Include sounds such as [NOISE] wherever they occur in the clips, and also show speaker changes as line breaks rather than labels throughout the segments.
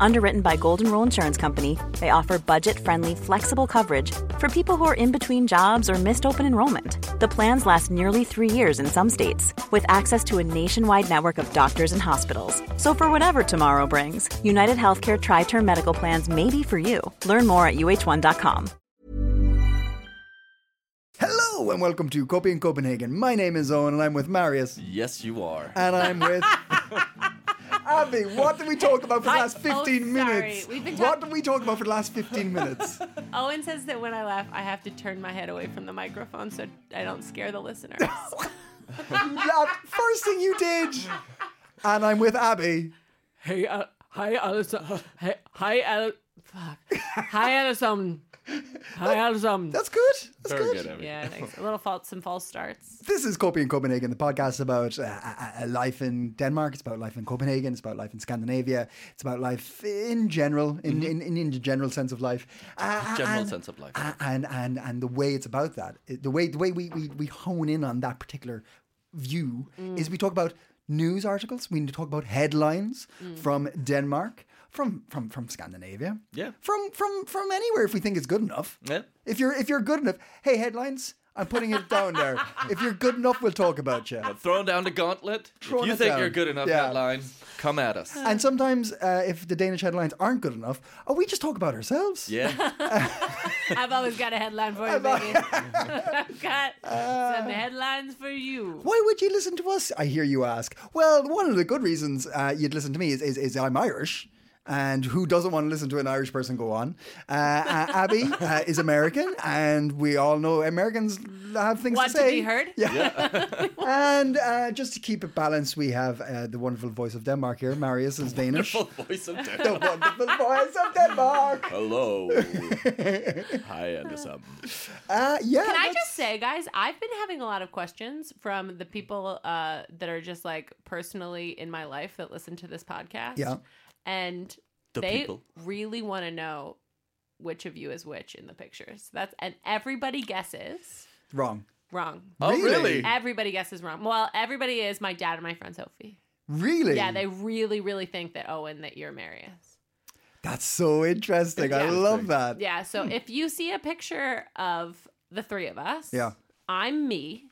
Underwritten by Golden Rule Insurance Company, they offer budget friendly, flexible coverage for people who are in between jobs or missed open enrollment. The plans last nearly three years in some states, with access to a nationwide network of doctors and hospitals. So, for whatever tomorrow brings, United Healthcare Tri Term Medical Plans may be for you. Learn more at uh1.com.
Hello and welcome to Copy in Copenhagen. My name is Owen and I'm with Marius.
Yes, you are.
And I'm
[LAUGHS]
with Abby. What did we talk about for the
I-
last 15
oh, sorry.
minutes?
We've been
what
talk-
did we talk about for the last 15
[LAUGHS]
minutes?
Owen says that when I laugh, I have to turn my head away from the microphone so I don't scare the listeners. [LAUGHS]
that first thing you did. And I'm with Abby.
Hey, uh, hi, Alison. Hey, hi, Al. Fuck. Hi, Alison. Hi, Alison.
That's good. [LAUGHS] That's
Very
good.
good, Abby.
yeah, thanks. A little false, some false starts.
This is Copy in Copenhagen, the podcast about uh, uh, uh, life in Denmark. It's about life in Copenhagen. It's about life in Scandinavia. It's about life in general, in in, in, in the general sense of life. Uh,
Mm-hmm. General sense of life.
a- and and and the way it's about that it- the way the way we we, we hone in on that particular view
Mm.
is we talk about news articles we need to talk about headlines
Mm.
from Denmark from from from Scandinavia
Yeah.
from from from anywhere if we think it's good enough
Yeah.
if you're if you're good enough hey headlines I'm putting it down there if you're good enough we'll talk about you
Throw down the gauntlet.
Throwing
if you
it
think
down.
you're good enough,
Yeah.
that line, come at [LAUGHS] us.
and sometimes uh, if the Danish headlines aren't good enough oh we just talk about ourselves
Yeah.
[LAUGHS]
[LAUGHS]
I've always got a headline for you, baby. [LAUGHS] I've got some headlines for you.
Why would you listen to us? I hear you ask. Well, one of the good reasons uh, you'd listen to me is, is, is I'm Irish. And who doesn't want to listen to an Irish person go on? Uh, uh, Abby uh, is American, and we all know Americans have things
Want
to
to
say.
be heard?
Yeah. [LAUGHS] and uh, just to keep it balanced, we have uh, the wonderful voice of Denmark here. Marius is Danish.
Full voice of death.
the wonderful voice of
[LAUGHS]
Denmark. [LAUGHS]
Hello. Hi, Anderson.
Uh, yeah.
Can I
that's-
just say, guys, I've been having a lot of questions from the people uh, that are just like personally in my life that listen to this podcast.
Yeah.
And
The
they
people.
really want to know which of you is which in the pictures. That's and everybody guesses
Wrong.
wrong.
Oh, really?
Everybody guesses wrong. Well, everybody is my dad and my friend Sophie.
Really?
Yeah, they really, really think that Owen that you're Marius.
That's so interesting. I love that.
Yeah. So if you see a picture of the three of us,
Yeah.
I'm me.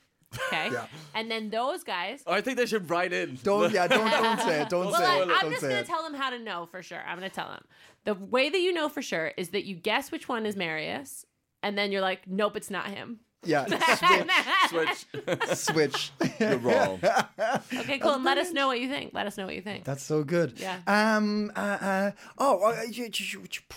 Okay.
[LAUGHS] Yeah.
And then those guys.
I think they should write in.
Don't, yeah, don't, don't say it. Don't
Well,
say
I,
it.
I'm
don't
just
say
gonna
it.
tell them how to know for sure. I'm gonna tell them the way that you know for sure is that you guess which one is Marius, and then you're like, nope, it's not him. [LAUGHS]
Yeah,
[LAUGHS]
[LAUGHS]
Switch.
switch.
You're [LAUGHS] wrong.
Okay, cool. And let us know what you think. Let us know what you think.
That's so good.
Yeah.
Um. Uh. uh oh. Uh, you- you- you-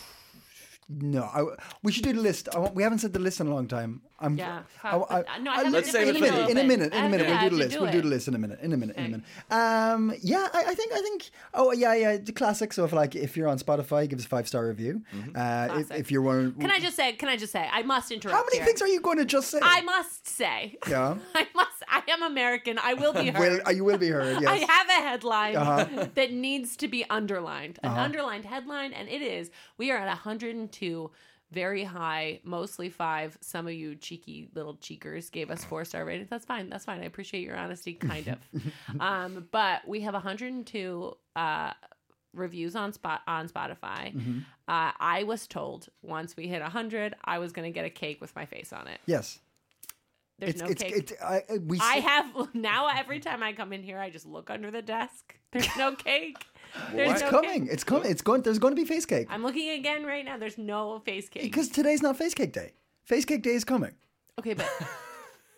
no, I, we should do the list. I, want- we haven't said the list in a long time. I'm,
Yeah.
I, I,
Fuck, no, I haven't
let's
even
save it for
been
later. in a
open.
minute. In a
I
minute, we'll
have
do
to
the list.
do
we'll do
it.
the list in a minute. In a minute. In a minute. Um, yeah, I, I think. I think. Oh, yeah, yeah. The classics of like, if you're on Spotify, give us a five star review. Uh, if,
Classic.
if you're one,
Can I just say? Can I just say? I must interrupt.
how many
here.
things are you going to just say?
I must say.
Yeah.
[LAUGHS] I must. I am American. I will be
[LAUGHS] Well,
heard.
uh, you will be heard.
[LAUGHS] I
Yes. Uh-huh.
have a headline [LAUGHS] that needs to be underlined. An underlined headline, and it is: we are at 102, very high, mostly five. Some of you cheeky little cheekers gave us four star ratings. That's fine. That's fine. I appreciate your honesty, kind
[LAUGHS]
of. um, but we have 102 uh, reviews on spot on Spotify.
Mm-hmm.
Uh, I was told once we hit 100, I was going to get a cake with my face on it.
yes.
There's
it's
no
it's
cake.
it. I, I- we. [LAUGHS]
I have now every time I come in here, I just look under the desk. There's
[LAUGHS]
no cake. There's
it's
no
coming.
Cake.
It's coming. It's going. There's going to be face cake.
I'm looking again right now. There's no face cake.
Because today's not Face Cake Day. Face Cake Day is coming. [LAUGHS]
okay, but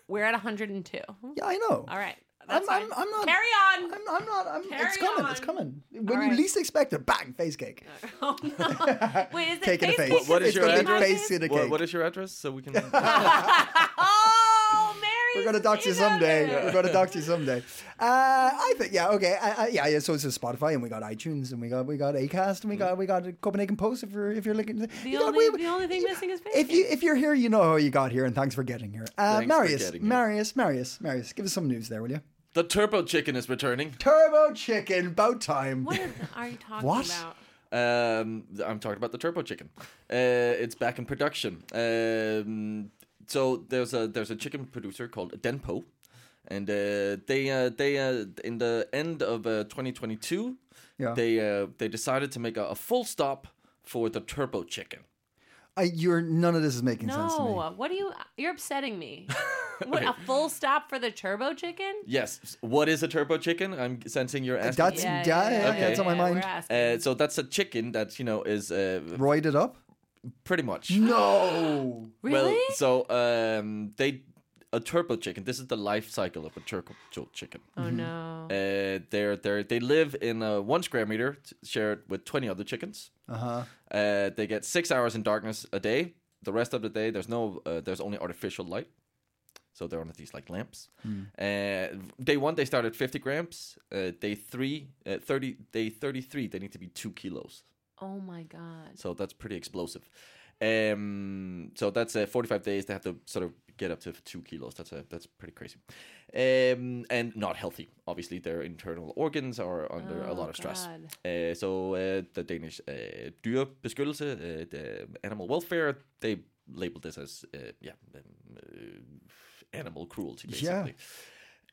we're at 102.
Yeah, I know.
All right.
I'm,
That's
I'm,
fine.
I'm not.
Carry on.
I'm, I'm not. I'm, it's
Carry
coming. It's
on.
coming. When
All
you
right.
least expect it, bang, face
[LAUGHS]
cake.
[LAUGHS] Oh,
[LAUGHS]
no. Wait, is it
Cake in a
face
face.
cake?
What is
it's
your
gonna be
address?
Face in a
What,
cake.
what is your address
[LAUGHS]
so we can?
[LAUGHS] Oh, Mary.
We're gonna dox you someday. We're gonna dox you someday. Uh, I think. Yeah. Okay. I, I, yeah. Yeah. So it's a Spotify, and we got iTunes, and we got we got Acast, and we got we got Copenhagen Post. If you're if you're looking,
The,
you got-
only,
we-
the only thing missing is face
If you if you're here, you know how you got here, and thanks for getting here. Uh,
Thanks for
Marius,
getting here.
Marius, Marius, Marius, give us some news there, will you?
the turbo chicken is returning.
Turbo chicken, about time.
What is- are you talking
What?
about?
Um, I'm talking about the Turbo Chicken. Uh, it's back in production. Um, so there's a there's a chicken producer called Denpo, and uh, they uh, they uh, in the end of uh, 2022,
Yeah.
they uh, they decided to make a, a full stop for the Turbo Chicken.
I, you're none of this is making sense to me.
No, what do you? You're upsetting
[LAUGHS]
me. what a full stop for the turbo chicken?
Yes, what is a Turbo Chicken? I'm sensing you're asking.
That's yeah, yeah,
Okay.
that's on my
yeah, we're
mind.
asking.
uh, so that's a chicken that you know is uh,
Roid it up.
pretty much.
Mm. [LAUGHS] No.
really?
Well, so um, they a turbo chicken. This is the life cycle of a turbo chicken.
oh no.
Uh, they're they they live in uh, one square meter t- shared with twenty other chickens.
Uh huh.
Uh, they get six hours in darkness a day. The rest of the day, there's no uh, there's only artificial light. So they're on these like lamps. Uh, day one, they start at 50 grams. Uh, day three, uh, 30, day 33, they need to be two kilos.
Oh my god.
So that's pretty explosive. Um, so that's uh, 45 days. They have to sort of get up to two kilos. That's a, that's pretty crazy, um, and not healthy. Obviously, their internal organs are under a lot of stress.
Oh, God.
Uh, so uh, the Danish uh, dyrebeskyttelse, uh, the animal welfare, they label this as uh, yeah, um, uh, animal cruelty
Yeah.
basically.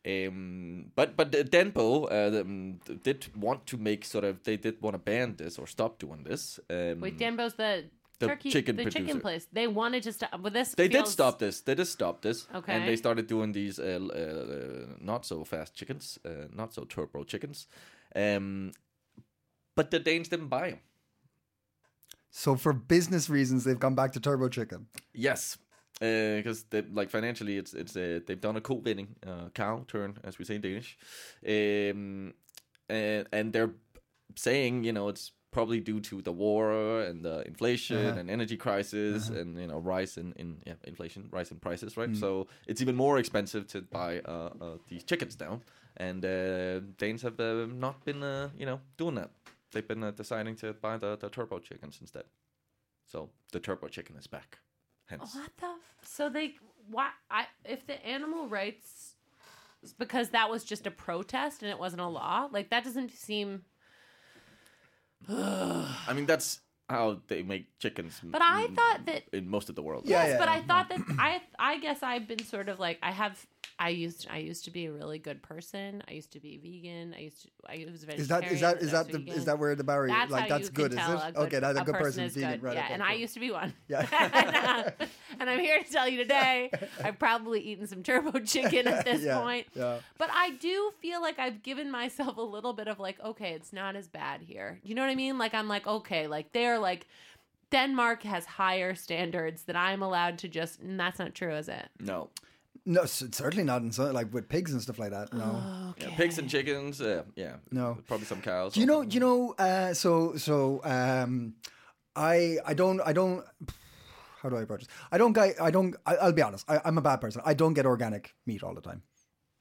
Um, but but the Denpo uh, the, um, did want to make sort of they did want to ban this or stop doing this. Um,
Wait, Danbo's the,
the
turkey,
chicken
the chicken
producer.
place. They wanted to stop. Well, this
they did
feels-
stop this. They did stop this.
Okay.
And they started doing these uh, l- uh, not so fast chickens, uh, not so turbo chickens. Um, but the Danes didn't buy them.
So for business reasons, they've gone back to turbo chicken.
Yes, because Uh, they like financially, it's it's uh, they've done a co-winning uh, cow turn, as we say in Danish, um, and and they're saying you know it's probably due to the war and the inflation and energy crisis and you know rise in in yeah, inflation, rise in prices, right? So it's even more expensive to buy uh, uh, these chickens now, and uh, Danes have uh, not been uh, you know doing that. They've been uh, deciding to buy the, the turbo chickens instead. So the turbo chicken is back. Hence,
What the? F- so they why? I if the animal rights because that was just a protest and it wasn't a law. Like that doesn't seem.
I mean that's how they make chickens.
But I thought that
in most of the world.
Yeah,
Yes,
yeah,
but
yeah.
I thought that I I guess I've been sort of like I have I used I used to be a really good person. I used to be vegan. I used to I was vegetarian.
Is that is that is
then I was
that the,
vegan.
is that where the barrier?
that's
like
how
that's
you
good,
can
is
tell
it? okay, that's a good person, is vegan, right?
yeah,
okay,
and I
cool.
used to be one.
Yeah.
[LAUGHS] and I'm here to tell you
[LAUGHS]
today, I've probably eaten some turbo chicken at this
Yeah,
point.
yeah.
But I do feel like I've given myself a little bit of like, okay, it's not as bad here. You know what I mean? Like I'm like, okay, like they're like Denmark has higher standards that I'm allowed to just. And that's not true, is it?
No.
No, s- certainly not in so, like with pigs and stuff like that. No.
[GASPS]
Yeah, pigs and chickens. Uh, yeah.
No.
Probably some cows.
Do you know?
also.
Do you know? Uh, so so um, I I don't I don't. How do I approach this? I don't. I, I don't. I, I'll be honest. I, I'm a bad person. I don't get organic meat all the time,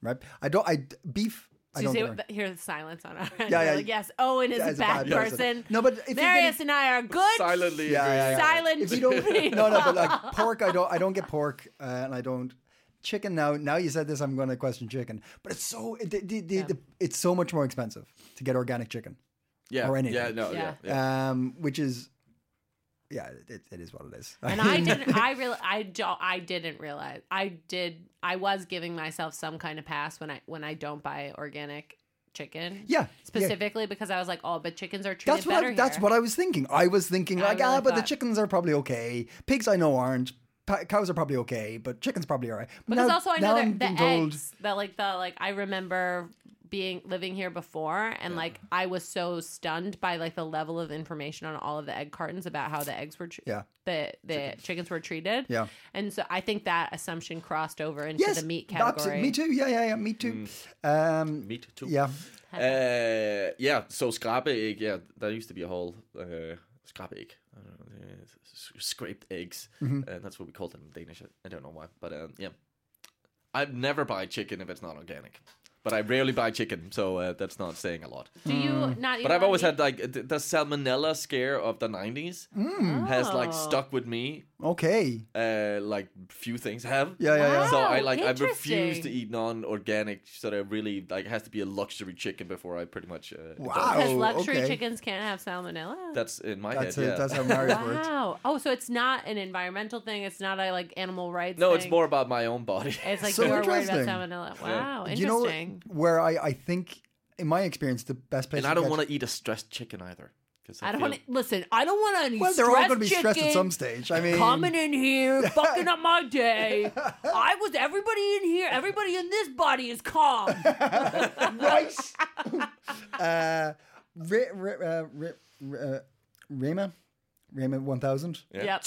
right? I don't. I beef. I
Do you
don't.
see
get
what,
org-
[LAUGHS] hear the silence on our
Yeah,
end? Yeah,
yeah.
Like, yes, Owen is
Yeah,
a
he's
bad, person.
No, but if you're getting-
Marius and I are good.
Silently.
Yeah,
agreeing.
yeah, yeah.
Silent.
if you don't [LAUGHS] no no but
[LAUGHS]
like pork i don't i don't get pork uh, and i don't chicken now now you said this i'm going to question chicken but it's so the, the, the, the, it's so much more expensive to get organic chicken
Yeah.
or anything.
Yeah. No. Yeah.
Yeah.
yeah.
um which is yeah it, it is what it is
And
[LAUGHS]
I didn't. I real. I don't. I didn't realize. I did. I was giving myself some kind of pass when I when I don't buy organic chicken.
Yeah, yeah.
Specifically because I was like, oh, but chickens are treated
that's what
better
I, that's
here.
what i was thinking i was thinking like
really
ah but the
thought-
chickens are probably okay pigs i know aren't Pa- cows are probably okay but chickens probably all right
Because
Now-
also I
now
know
I'm
that the
being told-
eggs, that like the like I remember being living here before and like I was so stunned by like the level of information on all of the egg cartons about how the eggs were tre-
Yeah.
the the chickens. were treated.
Yeah.
And so I think that assumption crossed over into the meat category.
absolutely. me too yeah yeah yeah me too
Hmm.
um
Meat too.
yeah
Uh, yeah. So scrappeæg. Yeah. There used to be a whole uh, scrappeæg. I don't know, uh, s- s- Scraped eggs.
Mm-hmm.
Uh, that's what we call them in Danish. I- I don't know why, but um, yeah. I've never buy chicken if it's not organic, but I rarely buy chicken, so uh, that's not saying a lot.
Do you not
Mm. But I've
Mm.
always had like th- the salmonella scare of the 90s has like
Oh.
stuck with me
Okay.
uh, like few things have.
Yeah, yeah, yeah.
So
Wow,
I like I refuse to
interesting.
eat non-organic. So that I really like it has to be a luxury chicken before I pretty much. Uh, indulge.
Wow.
Because
Oh,
luxury
okay.
chickens can't have salmonella.
That's in my
That's,
head.
it.
yeah. [LAUGHS]
that's how
[LAUGHS]
marriage works.
wow. Oh, so it's not an environmental thing. It's not a like animal rights.
no, it's
thing.
more about my own body.
It's like
So
you are worried about
interesting.
salmonella. Wow,
You know
interesting.
where I, I think, in my experience, the best place.
[LAUGHS] and I don't want to eat a stressed chicken either. 'cause
I don't
feel-
want to listen. I don't want any.
Well, they're all
stressed
going to be stressed at
chicken
some stage. I mean,
Coming in here, fucking up my day. I was everybody in here. Everybody in this body is
[LAUGHS]
calm.
[LAUGHS] right? [LAUGHS] uh, Re- Re- uh, Re- Re- uh, Rema, Rema one thousand,
Yep.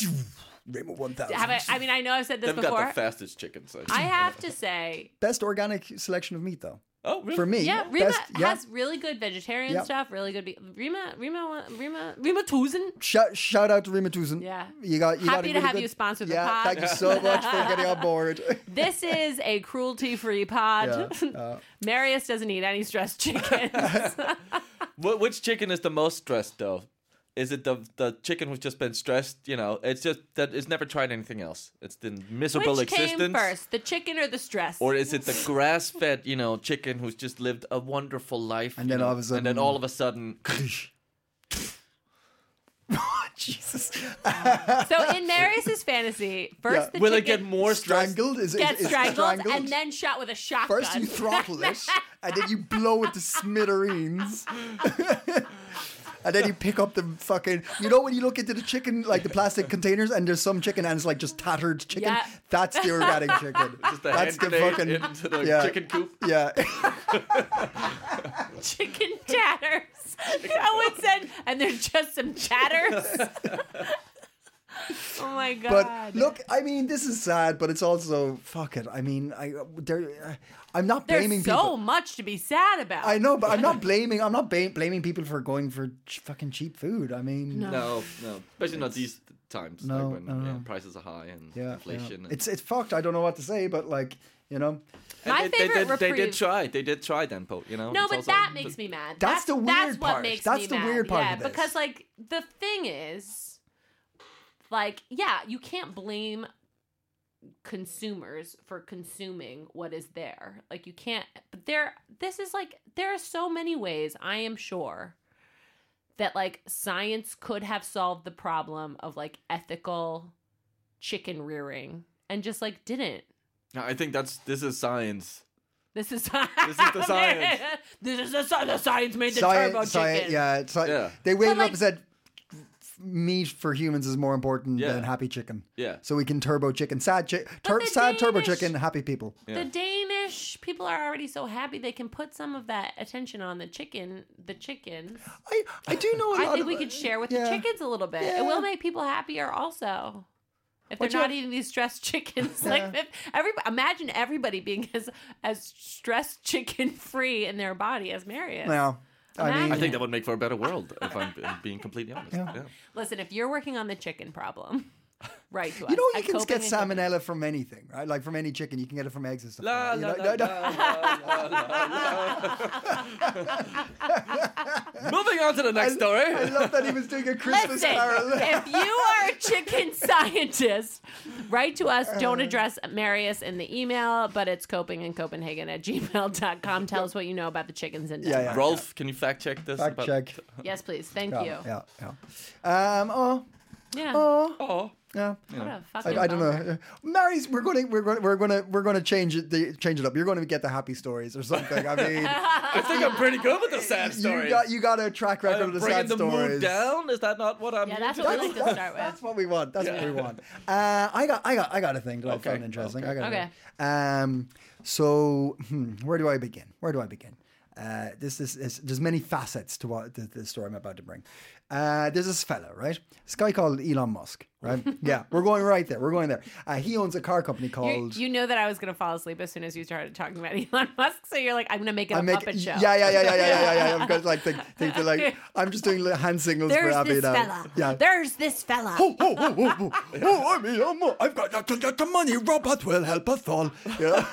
Rema one thousand.
Have I, I mean, I know I've said this
They've
before.
got the fastest chicken. So.
I have to say,
Best organic selection of meat, though,
[LAUGHS] oh, really?
for me.
yeah, Rima
best, yeah.
has really good vegetarian
Yeah.
stuff. Really good. Be- Rima, Rima, Rima, Rima Tusen.
Shout, shout out to Rima Tusen.
Yeah.
you got. You got
Happy
a
to
really
have
good-
you sponsor the
yeah,
pod.
thank you
[LAUGHS]
so much for getting on board. [LAUGHS]
This is a cruelty-free pod.
Yeah,
[LAUGHS]
uh,
Marius doesn't eat any
[LAUGHS]
stressed chickens.
Wh- which chicken is the most stressed though? Is it the the chicken who's just been stressed? You know, it's just that it's never tried anything else. It's the miserable
Which
existence.
came first, the chicken or the stress?
Or is it the grass-fed, you know, chicken who's just lived a wonderful life,
And
you
then
know,
all of a
and then
sudden-
all of a sudden, [LAUGHS]
Oh,
[LAUGHS] Jesus,
[LAUGHS]
so in Marius's fantasy, first
Yeah.
the
will it get
chicken
more stressed?
strangled is, is,
gets
is
strangled,
strangled
and then shot with a shotgun.
First you
[LAUGHS]
throttle it, and then you blow it to smithereens. [LAUGHS] and then you pick up the fucking you know when you look into the chicken like the
[LAUGHS]
plastic containers and there's some chicken and it's like just tattered chicken.
Yeah.
That's the organic
[LAUGHS]
chicken.
Just a
That's
hand
the
grenade
fucking
into the
yeah.
chicken coop.
Yeah.
chicken tatters. Owen said, and there's just some tatters. [LAUGHS] oh my god!
But look, I mean this is sad, but it's also fuck it. I mean I there uh, I'm not
there's
blaming
so
people.
much to be sad about.
I know, but I'm
[LAUGHS]
not blaming I'm not ba- blaming people for going for ch- fucking cheap food. I mean
No, no, especially not these times
No,
like when
no,
yeah,
no.
prices are high and
Yeah,
inflation.
yeah.
and-
It's it's fucked. I don't know what to say, but like you know,
and
My
they, they
favorite
did, they did
reprieve-
try. They did try then, Pope. You know.
No,
It's
but
also-
that makes me mad.
That's the
That's
weird
what
part.
makes
That's
me
the
mad.
weird part
Yeah,
of this.
because like the thing is, like yeah, you can't blame consumers for consuming what is there. Like you can't. But there, this is like there are so many ways. I am sure that like science could have solved the problem of like ethical chicken rearing and just like didn't.
No, I think that's this is science.
This is [LAUGHS]
is the science.
this is the, sci- the science made the
sci-
turbo
sci-
chicken.
yeah, it's like-
Yeah.
They waited
like-
up and said, "Meat for humans is more important
Yeah.
than happy chicken."
Yeah.
So we can turbo chicken, sad chi- tur-
the
sad turbo
Danish-
chicken, happy people.
Yeah.
The Danish people are already so happy they can put some of that attention on the chicken. The chickens.
I I do know. a
I
lot
think
of-
we could share with
yeah.
the chickens a little bit.
Yeah.
It will make people happier also. If they're
What you-
not eating these stressed
[LAUGHS]
chickens, like if everybody, imagine everybody being as as stressed chicken free in their body as Marius.
Now, I
Imagine.
mean,
I think that would make for a better world, if I'm being completely honest.
Yeah.
Yeah.
Listen, if you're working on the chicken problem, right to us.
you know, you
at
can get
coping and-
salmonella from anything, right? Like from any chicken, you can get it from eggs and stuff.
La,
like
la,
that.
la,
You know- no, no.
la, la, la, la. Moving on to the next story.
I love that he was doing a Christmas
Listen,
carol.
if you are a
[LAUGHS]
chicken scientist, write to us.
Uh.
Don't address Marius in the email, but it's coping in Copenhagen at gmail.com. Tell us what you know about the chickens in Denmark.
yeah.
Rolf, can you fact check this?
Fact
about-
check.
Yes, please. Thank
Yeah,
you. Yeah.
yeah, yeah. Um, oh,
Oh,
yeah.
What a
I,
fucking
I don't
bummer.
know. Mary's, we're going to we're going to we're going to we're going to change it the, change it up. You're going to get the happy stories or something. I
[LAUGHS]
mean,
I think I'm pretty good with the sad stories.
you got you got a track record of
I'm
the
bringing
sad
the
stories.
mood down. Is that not what I'm?
Yeah, that's
here to
what we
do?
like to start with.
That's what we want. That's what we want. Uh, I got I got I got a thing that
Okay,
I found interesting. I got a
okay.
thing. Um, so hmm, where do I begin? Where do I begin? Uh, this, this, this, there's many facets to what the, the story I'm about to bring. Uh, there's this fella, right? This guy called Elon Musk,
[LAUGHS]
right? yeah, we're going right there. We're going there. Uh, he owns a car company
You,
called.
you know that I was going to fall asleep as soon as you started talking about [LAUGHS] Elon Musk, so you're like, I'm going to make it a
I make
puppet show.
yeah, yeah, yeah, yeah, yeah, yeah, yeah, yeah. I've got like the, the, the, like I'm just doing li- hand signals
[LAUGHS] There's
for Abby
this
now.
fella.
Yeah.
There's this fella.
Oh, oh, oh, oh, oh, oh, I mean, I'm, I've got the, the, the money. Robert will help us all. Yeah.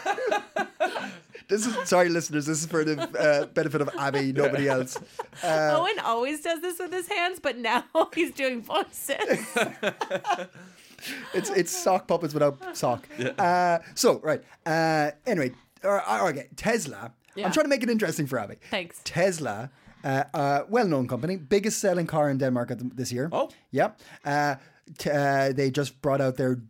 this is sorry, listeners. This is for the uh, benefit of Abby, nobody else. Uh. [LAUGHS]
[LAUGHS] Owen always does this with his hands, but now he's doing voices.
it's
[LAUGHS]
it's sock puppets without sock. Uh, so right. Uh, anyway, or, or, okay. Tesla.
Yeah.
I'm trying to make it interesting for Abby.
Thanks.
Tesla, uh, uh, well-known company, biggest selling car in Denmark at the, this year.
Oh.
yep. Uh, t- uh, they just brought out their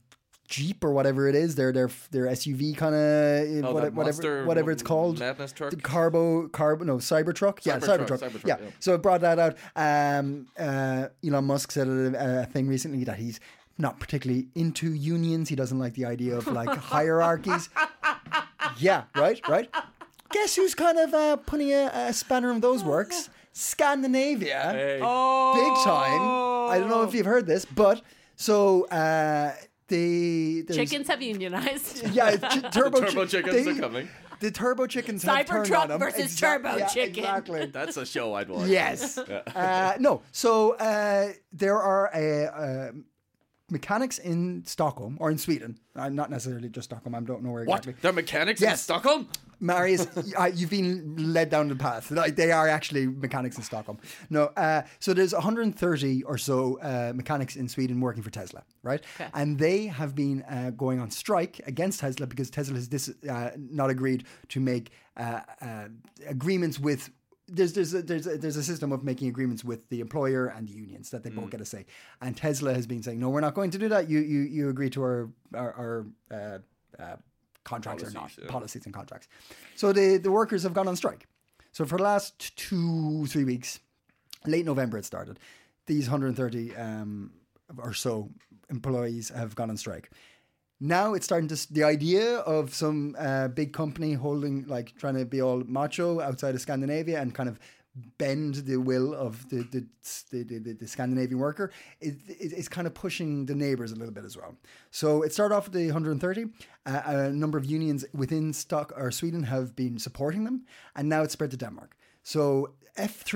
Jeep or whatever it is, their their their SUV kind of
Oh,
whatever
that monster
whatever it's called,
madness truck?
the Carbo Carbo no Cybertruck, yeah
Cybertruck,
Cybertruck,
Cybertruck,
yeah.
yeah.
So it brought that out. Um, uh, Elon Musk said a, a thing recently that he's not particularly into unions. He doesn't like the idea of
[LAUGHS]
like hierarchies. Yeah, right, right. Guess who's kind of uh, putting a, a spanner in those works? Scandinavia big time. I don't know if you've heard this, but so uh, the there's-
Chickens have unionized.
[LAUGHS]
yeah, ch- turbo,
turbo
chi-
chickens
they-
are coming.
The turbo chickens have turned
Cybertruck
on 'em.
versus
Exac-
turbo
yeah,
chicken.
Exactly.
That's a show I'd watch.
Yes. Uh, no. So uh, there are uh, uh, mechanics in Stockholm or in Sweden. Uh, not necessarily just Stockholm. I don't know where
What?
exactly.
They're mechanics in
Yes.
Stockholm?
Marius, [LAUGHS] uh, you've been led down the path. Like, they are actually mechanics in Stockholm. No, uh, so there's 130 or so uh, mechanics in Sweden working for Tesla, right? And they have been uh, going on strike against Tesla because Tesla has dis- uh, not agreed to make uh, uh, agreements with. There's there's a, there's a, there's a system of making agreements with the employer and the unions that they both get a say, and Tesla has been saying no, we're not going to do that. You you you agree to our our, our uh, uh, contracts or not
Policies, yeah.
policies and contracts. So the the workers have gone on strike. So for the last two three weeks, late November it started. These 130 um, or so employees have gone on strike. Now it's starting to s- the idea of some uh, big company holding like trying to be all macho outside of Scandinavia and kind of bend the will of the the the, the, the, the Scandinavian worker it, it, it's kind of pushing the neighbors a little bit as well. So it started off with the 130. Uh, a number of unions within Stock or Sweden have been supporting them, and now it's spread to Denmark. So F3,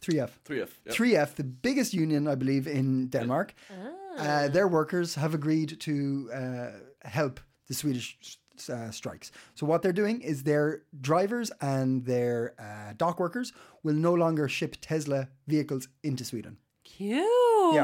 3F,
3F, yep.
3F, the biggest union I believe in Denmark.
Ah.
Uh, their workers have agreed to uh, help the Swedish uh, strikes. So what they're doing is their drivers and their uh, dock workers will no longer ship Tesla vehicles into Sweden.
Cute.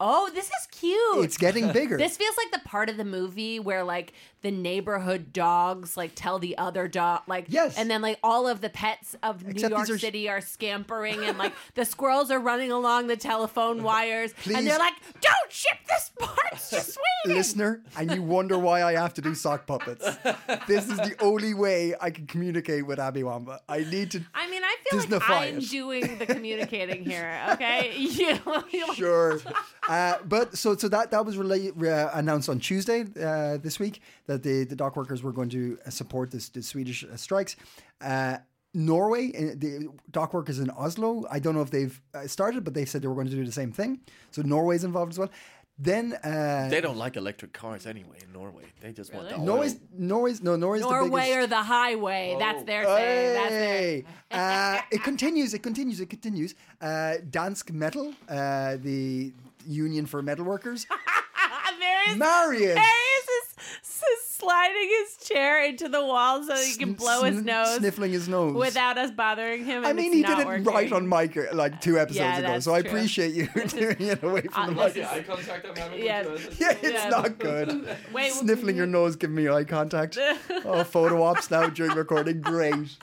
Oh, this is cute.
It's
[LAUGHS]
getting bigger.
This feels like the part of the movie where like the neighborhood dogs like tell the other dog like
Yes.
and then like all of the pets of
Except
New York
these are-
City are scampering and like [LAUGHS] the squirrels are running along the telephone wires
Please.
and they're like don't ship this
[LAUGHS]
part to Sweden.
listener, and you wonder why I have to do sock
[LAUGHS]
puppets. This is the only way I can communicate with Abby Wamba. I need to.
I mean, I feel like
Disney-fy
I'm
it.
doing the communicating here.
[LAUGHS]
Okay, you. [LAUGHS] you-
Sure, uh, but so so that that was rela- uh, announced on Tuesday uh, this week that the the dock workers were going to uh, support this the Swedish uh, strikes. Uh, Norway, uh, the dock workers in Oslo. I don't know if they've uh, started, but they said they were going to do the same thing. So Norway's involved as well. Then uh,
They don't like electric cars anyway in Norway. They just want the oil.
Norway's Norway's no Norway's the biggest. Oh,
Norway or the highway. That's their thing. That's their.
Hey! Uh, it continues, it continues, it continues. Uh, Dansk Metal, uh, the union for metal
[LAUGHS]
workers.
Various [LAUGHS]
Marius!
Marius is, s- sliding his chair into the wall so he can blow his
Sn-
nose
Sniffling his nose.
without us bothering him.
I
and
mean,
it's
he did
not
it
working.
right on mic uh, like two episodes
Yeah,
ago,
that's
so I
true.
appreciate you [LAUGHS] doing it away
Uh,
from the
this
mic.
is-
eye contact I'm having
Yeah.
with
[LAUGHS]
you.
Yeah, it's
yeah.
not good.
[LAUGHS] Wait,
Sniffling your nose, giving me eye
[LAUGHS]
contact. oh, photo ops now during recording. Great.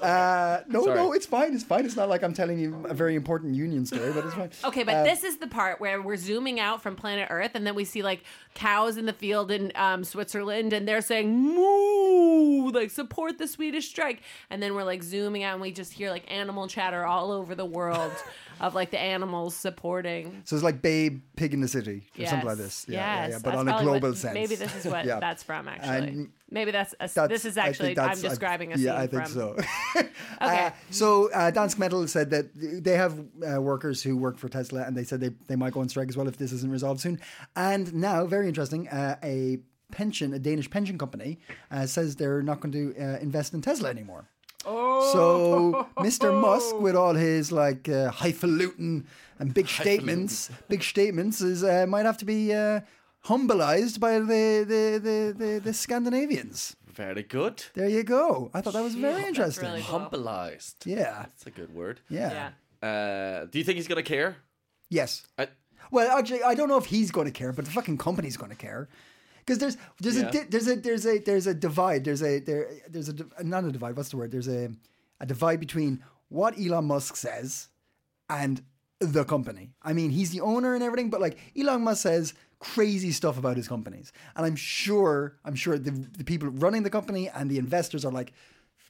Uh, no,
Sorry.
no, it's fine. It's fine. It's not like I'm telling you a very important union story, but it's fine.
[LAUGHS] Okay, but this is the part where we're zooming out from planet Earth, and then we see like cows in the field in um, Switzerland, and they're saying "moo," like support the Swedish strike, and then we're like zooming out, and we just hear like animal chatter all over the
[LAUGHS]
world of like the animals supporting.
So it's like Babe, Pig in the City, or something like
Yes,
this. Yeah, yeah,
yes,
yeah. But
that's
on a
probably what-
global sense.
Maybe this
[LAUGHS]
is what
Yeah.
that's from actually.
And
maybe that's, a,
That's-
this is
I think
actually I'm
that's- I-
describing a scene
Yeah, I think
from.
so.
[LAUGHS] Okay.
Uh, so uh, Dansk Metal said that they have uh, workers who work for Tesla, and they said they, they might go on strike as well if this isn't resolved soon. And now, very interesting, uh, a pension, a Danish pension company, uh, says they're not going to uh, invest in Tesla anymore.
Oh.
So Mr.
[LAUGHS]
Musk, with all his like uh, highfalutin and big statements, big statements, is uh, might have to be uh, humbleized by the the, the, the the Scandinavians.
Very good.
There you go. I thought that was very
That's
interesting.
really cool.
Humbleized.
Yeah.
That's a good word.
yeah,
Yeah.
Uh, do you think he's gonna care?
yes.
I,
Well, actually, I don't know if he's going to care, but the fucking company's going to care. Because there's there's
Yeah.
a di- there's a there's a there's a divide. There's a there there's a di- not a divide. What's the word? There's a a divide between what Elon Musk says and the company. I mean, he's the owner and everything, but like Elon Musk says crazy stuff about his companies, and I'm sure I'm sure the the people running the company and the investors are like.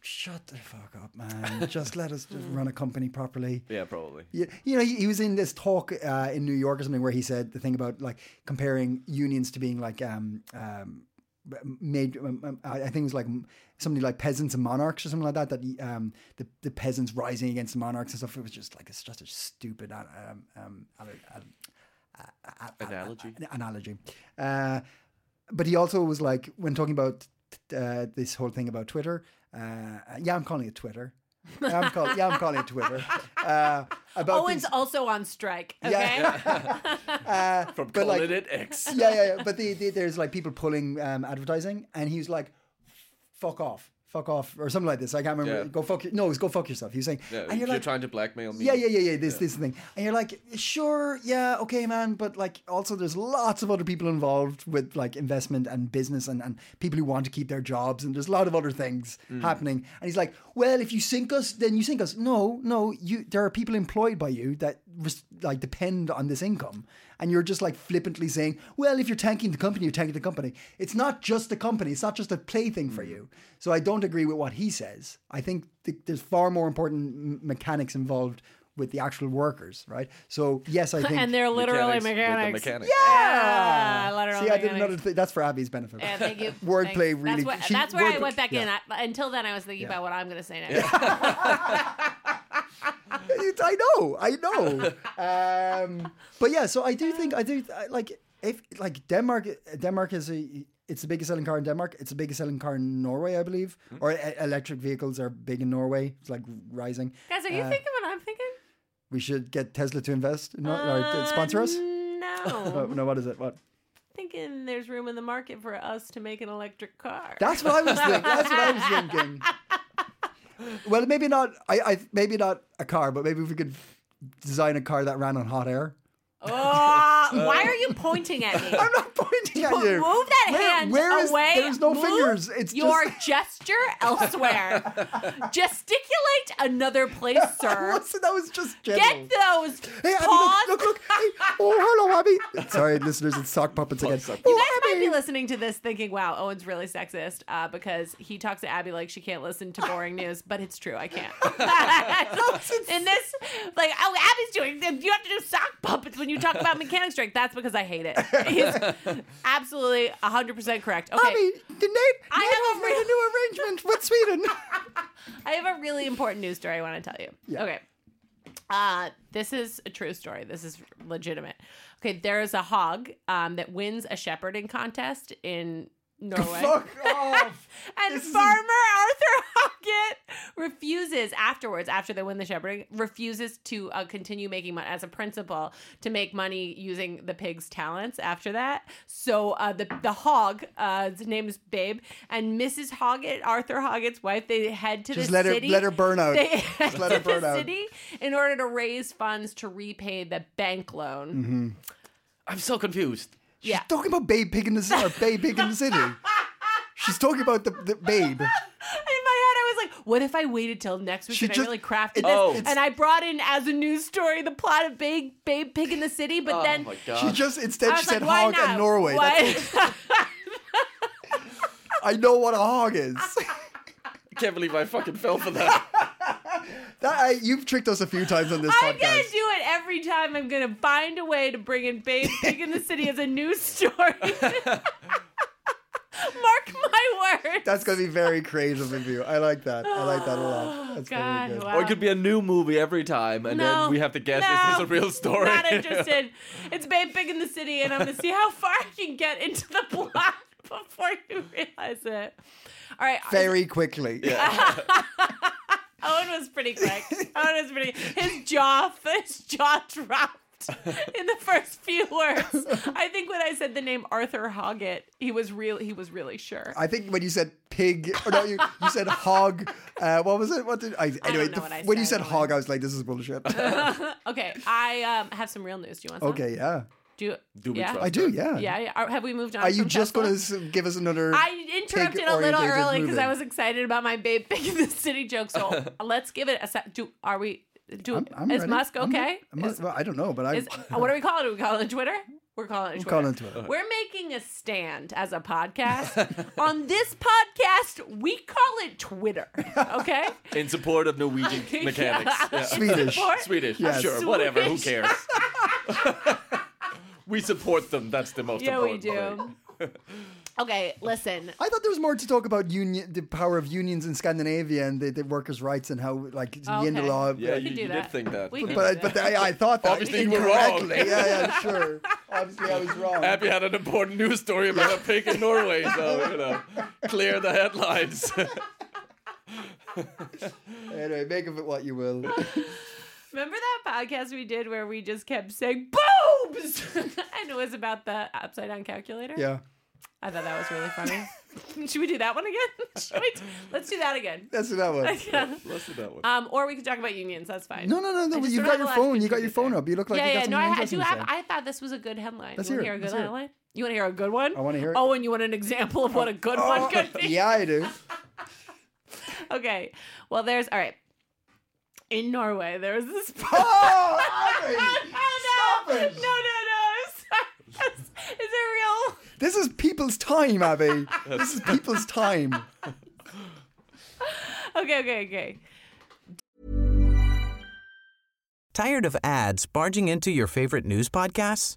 Shut the fuck up,
[LAUGHS]
man. Just let us run a company properly.
Yeah, probably.
Yeah, you know, he, he was in this talk uh, in New York or something where he said the thing about like comparing unions to being like um, um, made. Um, um, I I think it was like something like peasants and monarchs or something like that. That um, the the peasants rising against the monarchs and stuff. It was just like it's just a stupid uh, um, um, uh,
[LAUGHS] Analogy.
an- analogy. Uh, but he also was like, when talking about uh, this whole thing about Twitter, uh, yeah, I'm calling it Twitter. Yeah, I'm, call- yeah, I'm calling it Twitter. Uh, about
[LAUGHS] Owen's
these- uh,
also on strike. Okay. [LAUGHS]
From
But,
calling
like-
it [LAUGHS] X.
[LAUGHS] yeah, yeah, yeah. But the, the, there's like people pulling um, advertising, and he was like, "Fuck off, fuck off," or something like this. I can't remember.
Yeah.
Go fuck. Your- no, it's go fuck yourself. He was saying,
Yeah,
and
you're
you're like,
trying to blackmail me.
yeah, yeah, yeah, yeah. This this thing, and you're like, sure, yeah, okay, man, but like, also, there's lots of other people involved with like investment and business, and and people who want to keep their jobs, and there's a lot of other things
Mm.
happening. And he's like, well, if you sink us, then you sink us. No, no, you. There are people employed by you that res- like depend on this income, and you're just like flippantly saying, well, if you're tanking the company, you're tanking the company. It's not just the company. It's not just a plaything for you. So I don't agree with what he says. I think th- there's far more important m- mechanics involved with the actual workers, right? So yes, I think.
[LAUGHS] and they're Ah, literally mechanics.
With the mechanics.
Yeah, literal
see, I did
mechanics.
another thing. That's for Abby's benefit.
Yeah, thank you.
[LAUGHS] Wordplay
Thanks.
really-
That's, what,
she-
that's where I
wordplay-
went back in.
yeah.
I, until then, I was thinking about what I'm going to say next.
It's- I know, I know. um, but yeah, so I do think I do I, like if like Denmark. Denmark is a it's the biggest selling car in Denmark. It's the biggest selling car in Norway, I believe. Or e- electric vehicles are big in Norway. It's like rising.
[LAUGHS] Guys, are you
Uh,
thinking what I'm thinking?
We should get Tesla to invest in, Nor- or uh,
Um,
sponsor
[LAUGHS]
us. [LAUGHS] Oh,
No,
no, what is it? What?
thinking there's room in the market for us to make an electric car.
That's what I was thinking. That's what I was thinking. Well, maybe not. I, I maybe not a car, but maybe if we could design a car that ran on hot air. [LAUGHS]
Oh,
Uh,
why are you pointing at me?
I'm not pointing at
Put- [LAUGHS]
you.
Move that
Where-
hand
where is-
away.
There's no
Move
fingers. It's
your
just. [LAUGHS]
gesture elsewhere. Gesticulate
[LAUGHS]
another place, sir.
What's- that was just gentle.
Get those
Hey, Abby,
paws.
look, look,
[LAUGHS]
look. Hey, oh, hello, Abby. Sorry, listeners, it's sock puppets again.
You
Oh,
guys might be
Abby.
listening to this thinking, wow, Owen's really sexist uh, because he talks to Abby like she can't listen to
[LAUGHS]
boring news, but it's true. I can't. [LAUGHS] In this, like, oh, Abby's doing, you have to do sock puppets when you talk about mechanics strike. That's because I hate it.
[LAUGHS]
He's absolutely 100% correct. Okay.
Abby, the Nate,
I
Nate
have a
have made a new arrangement with
[LAUGHS]
Sweden.
I have a really important news story I want to tell you. Okay. Uh, this is a true story. This is legitimate. Okay, there is a hog um, that wins a shepherding contest in Norway.
Fuck off.
And
This is a-
farmer Arthur Hockett refuses afterwards, after they win the shepherding, refuses to uh, continue making money as a principal to make money using the pig's talents after that. So uh, the, the hog, uh, his name is Babe, and Mrs. Hoggett, Arthur Hoggett's wife, they head to
Just
the
let her,
city.
let her burn out. [LAUGHS]
They head
let her
to the
burn out.
city in order to raise funds to repay the bank loan.
Mm-hmm.
I'm so confused.
Yeah.
She's talking about Babe Pig in the City. Or Babe Pig in the City. She's talking about the, the Babe.
[LAUGHS] In my head, I was like, "What if I waited till next week
She
and I
just-
really crafted this?"
Oh.
And I brought in as a news story the plot of Babe, Babe Pig in the City, but
Oh
then
my
She
god.
just
I
instead
was
she said
like, "Why
hog
not?
and Norway.
Why- [LAUGHS]
That's- I know what a hog is. [LAUGHS]
I can't believe I fucking fell for that.
That, I, you've tricked us a few times on this
I'm gonna
podcast.
do it every time. I'm gonna find a way to bring in
[LAUGHS]
Babe Pig in the City as a news story. [LAUGHS] Mark my words.
That's going to be very creative of you. I like that. I like that a lot. That's
Oh, God,
very good.
Ah,
[LAUGHS]
wow.
or it could be a new movie every time, and
No.
then we have to guess is
No.
this a real story?
Not interested. It's Babe Pig in the City, and I'm gonna see how far I can get into the [LAUGHS] plot before you realize it. All right,
Very quickly.
Owen was pretty quick. Owen was pretty. His jaw, his jaw dropped in the first few words. I think when I said the name Arthur Hoggett, he was real. He was really sure.
I think when you said pig. Or no, you, you said hog. Uh, what was it? What did I? Anyway,
know
the-
what I
when you
said,
said hog, I was like, this is bullshit.
[LAUGHS] Okay, I um, have some real news. Do you want some?
okay, yeah,
Do, you,
Do we
yeah?
trust
I do. Yeah,
Yeah, yeah. Are- have we moved on?
Are you
from
just going
Tesla?
to give us another?
I interrupted a little
pig-oriented
early because
movie?
I was excited about my babe [LAUGHS] big in the city joke. So
[LAUGHS]
let's give it a sec. Do are we? Do
I'm- I'm
is
ready.
Musk
I'm-
okay?
I'm not-
Is-
well, I don't know, but I.
is- uh, what do we call it? Do we call it Twitter? We're calling it Twitter.
calling it Twitter.
We're making a stand as
[LAUGHS]
a podcast. On this podcast, we call it Twitter.
[LAUGHS]
Okay.
[LAUGHS] In support of Norwegian
[LAUGHS] Yeah.
mechanics. Yeah.
Swedish.
Support-
Swedish.
Yes.
Sure, whatever. Who
Swedish.
cares?
[LAUGHS]
[LAUGHS] we support them. That's the most
Yeah, we
important
do.
thing.
Okay, listen.
I thought there was more to talk about union, the power of unions in Scandinavia and the, the workers' rights and how like
Okay.
the law.
Yeah,
We
you,
could do
you
that.
did think that.
We could
But I, but I, I thought that
Obviously you were wrong.
incorrectly. Yeah, yeah, sure. Obviously I was wrong.
[LAUGHS] Happy had an important news story about a pig in
[LAUGHS]
Norway, so you know, clear the headlines.
Anyway, make of it what you will.
Remember that podcast we did where we just kept saying boobs, [LAUGHS] and it was about the upside down calculator.
Yeah,
I thought that was really funny. [LAUGHS] Should we do that one again? Should we? Let's do that again. [LAUGHS]
that's that one.
Let's do that one.
Um, or we could talk about unions. That's fine.
No, no, no, no.
I just
You
don't
got
have a
your
lot of
phone.
good
You got
news
your
to
phone
say.
up. You look like
yeah,
you got
yeah.
some
No, I, I
interesting
do have.
to say.
I thought this was a good headline.
Let's
you wanna
hear it,
hear a
let's
good
hear it.
headline? You want to hear a good one?
I wanna hear it. Oh,
Oh, and you want an example of what
[LAUGHS]
a good one could be?
yeah, I
[LAUGHS]
do.
Okay. Well, there's all right. In Norway, there was this. [LAUGHS]
Oh,
oh,
Abby,
no.
stop it.
no, no, no! [LAUGHS] I'm sorry. Is it real?
This is people's time, Abby.
Uh,
This is people's
[LAUGHS]
time.
Okay, okay, okay.
Tired of ads barging into your favorite news podcasts?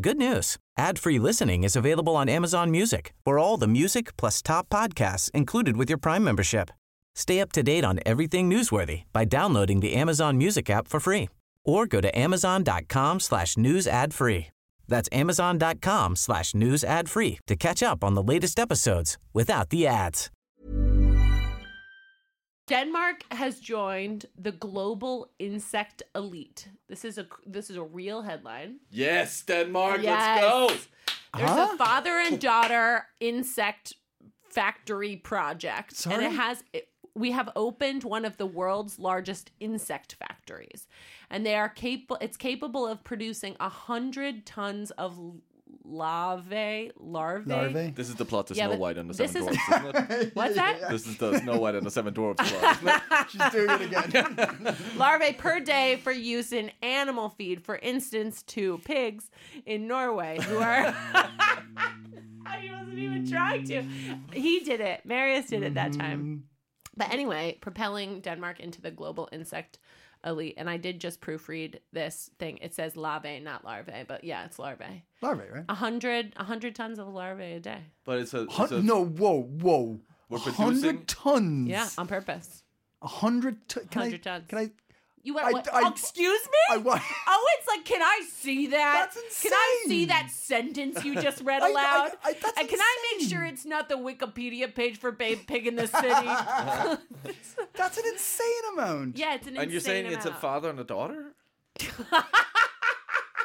Good news. Ad-free listening is available on Amazon Music. For all the music plus top podcasts included with your Prime membership. Stay up to date on everything newsworthy by downloading the Amazon Music app for free or go to amazon.com slash news ad free. That's amazon.com slash news ad free to catch up on the latest episodes without the ads.
Denmark has joined the global insect elite. This is a this is a real headline.
yes, Denmark,
Yes.
let's
There's
Huh?
a father and daughter insect factory project,
Sorry?
and it has. It, we have opened one of the world's largest insect factories, and they are capable. It's capable of producing a hundred tons of larvae. Larvae.
go.
Larvae.
This is the plot to
Yeah,
Snow
but
White and the
this
Seven
is-
Dwarfs, isn't
[LAUGHS]
it?
What's that?
This is the Snow White and the Seven Dwarfs plot.
[LAUGHS]
isn't it?
She's doing it again.
larvae per day for use in animal feed, for instance, to pigs in Norway who are. [LAUGHS] he wasn't even trying to. He did it. Marius did it that time. But anyway, propelling Denmark into the global insect elite. And I did just proofread this thing. It says larvae, not larvae, but yeah, it's larvae.
Larvae, right?
A hundred, a hundred tons of larvae a day.
But it's a,
Hun-
it's a
no, whoa, whoa.
We're
100
producing-
tons.
Yeah, on purpose.
100 t- can
100
I,
tons.
Can I?
You went,
I-
what?
I-
excuse me?
I wa-
[LAUGHS] oh, it's like, can I see that?
That's
Can I see
insane.
that sentence you just
[LAUGHS]
read
I- I-
aloud?
I- that's
and can I make
insane.
sure it's not the Wikipedia page for Babe Pig in
[LAUGHS]
the City?
That's an insane amount.
yeah, it's an
and
insane
you're saying it's a
amount.
father and a
[LAUGHS]
daughter?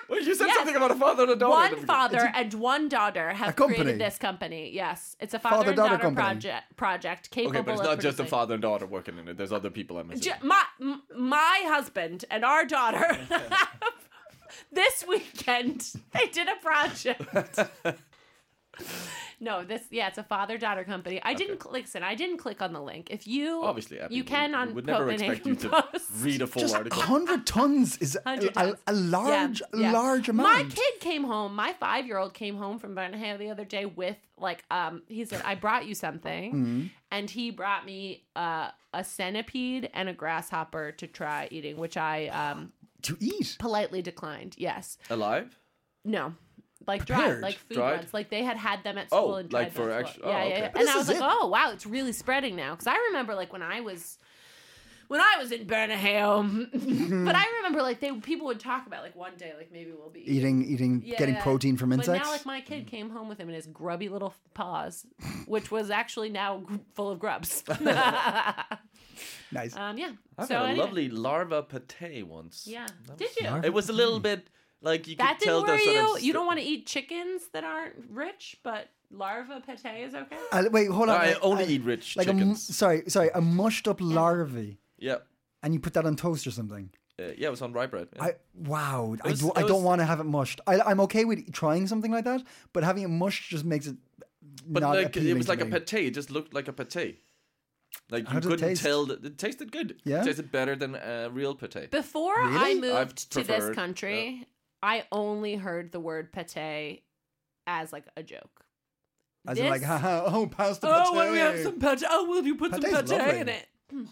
well, you said something about a father and a daughter. at the
One
beginning.
father and one daughter have created
company.
this company. Yes, it's a father, and
Father-daughter
daughter
company.
project. Project capable
Okay, but it's
of
not just a
producing-
father and daughter working in it. There's other people. I'm
Ju-
assuming.
my m- my husband and our daughter [LAUGHS] have- this weekend they did a
[LAUGHS]
project no this yeah it's a father daughter company i didn't cl- listen i didn't click on the link if you
Obviously, Abby,
you
we-
can
we
on
would never
Copenhagen
expect you to
Post.
[LAUGHS] read a full
Just
article.
100 tons is a,
100
a,
tons.
a large,
[LAUGHS] Yeah, yeah.
large amount.
My kid came home. My five year old came home from Birmingham the other day with like um. He said, "I brought you something,"
Mm-hmm.
and he brought me uh, a centipede and a grasshopper to try eating, which I um
to eat.
politely declined. Yes,
Alive?
no. Like dried,
Prepared?
like food
Dried?
ones. Like they had had them at
Oh,
school and dried
like
them
for
at
actu-
school.
oh,
yeah, yeah,
okay.
yeah.
But
And
this
I was
is
like,
it.
oh wow, it's really spreading now. Because I remember like when I was, when I was in Burnham, [LAUGHS] but I remember like they people would talk about like one day like maybe we'll be
Eating, eating, getting
yeah.
protein from
But
insects.
now like my kid came home with him in his grubby little f- paws, which was actually now gr- full of
[LAUGHS]
grubs. [LAUGHS] um,
nice.
yeah.
I had
so
a
anyway.
lovely larva pate once.
Yeah. Did you?
It was a little bit like you
That
could tell
didn't worry
the sort
you.
of
You don't want to eat chickens that aren't rich, but larva pate is okay.
Uh, wait, hold on.
I
Like,
only
uh,
eat rich
like A, m-
chickens.
sorry, sorry, a mushed up larvae,
yeah.
and you put that on toast or something.
Uh, yeah, it was on rye bread. yeah.
I wow, I,
was-
do,
it
I don't
was-
want to have it mushed. I, I'm okay with trying something like that, but having it mushed just makes it.
but
not
like it
appealing
was
to
like a
me.
pate. It just looked like a pate. Like
How
you
did it
couldn't
taste?
tell. That it tasted good.
Yeah?
it tasted better than a real pate.
Before I
Really?
moved
I've
to this
preferred-
country, I only heard the word pate as like a joke.
As in like,
This-
haha, oh, pasta
Oh, when we have
pate."
some pate. Oh, will you put some
Pate's
pate
lovely.
in it?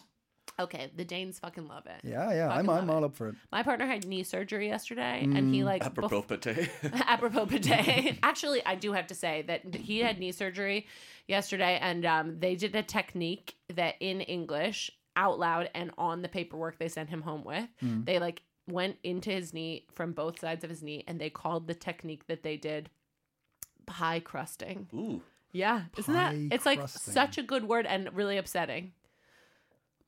Okay, the Danes fucking love it.
Yeah, yeah, I'm,
Fucking
I'm
love it.
all up for it.
My partner had knee surgery yesterday, and
Mm.
he like bef-
Apropos pate.
[LAUGHS]
[LAUGHS]
apropos bidet. [LAUGHS] Actually, I do have to say that he had knee surgery yesterday, and um, they did a technique that in English, out loud, and on the paperwork they sent him home with,
Hmm.
they like went into his knee from both sides of his knee, and they called the technique that they did pie crusting.
Ooh,
Yeah, isn't that?
Pie
It's like
crusting.
such a good word and really upsetting.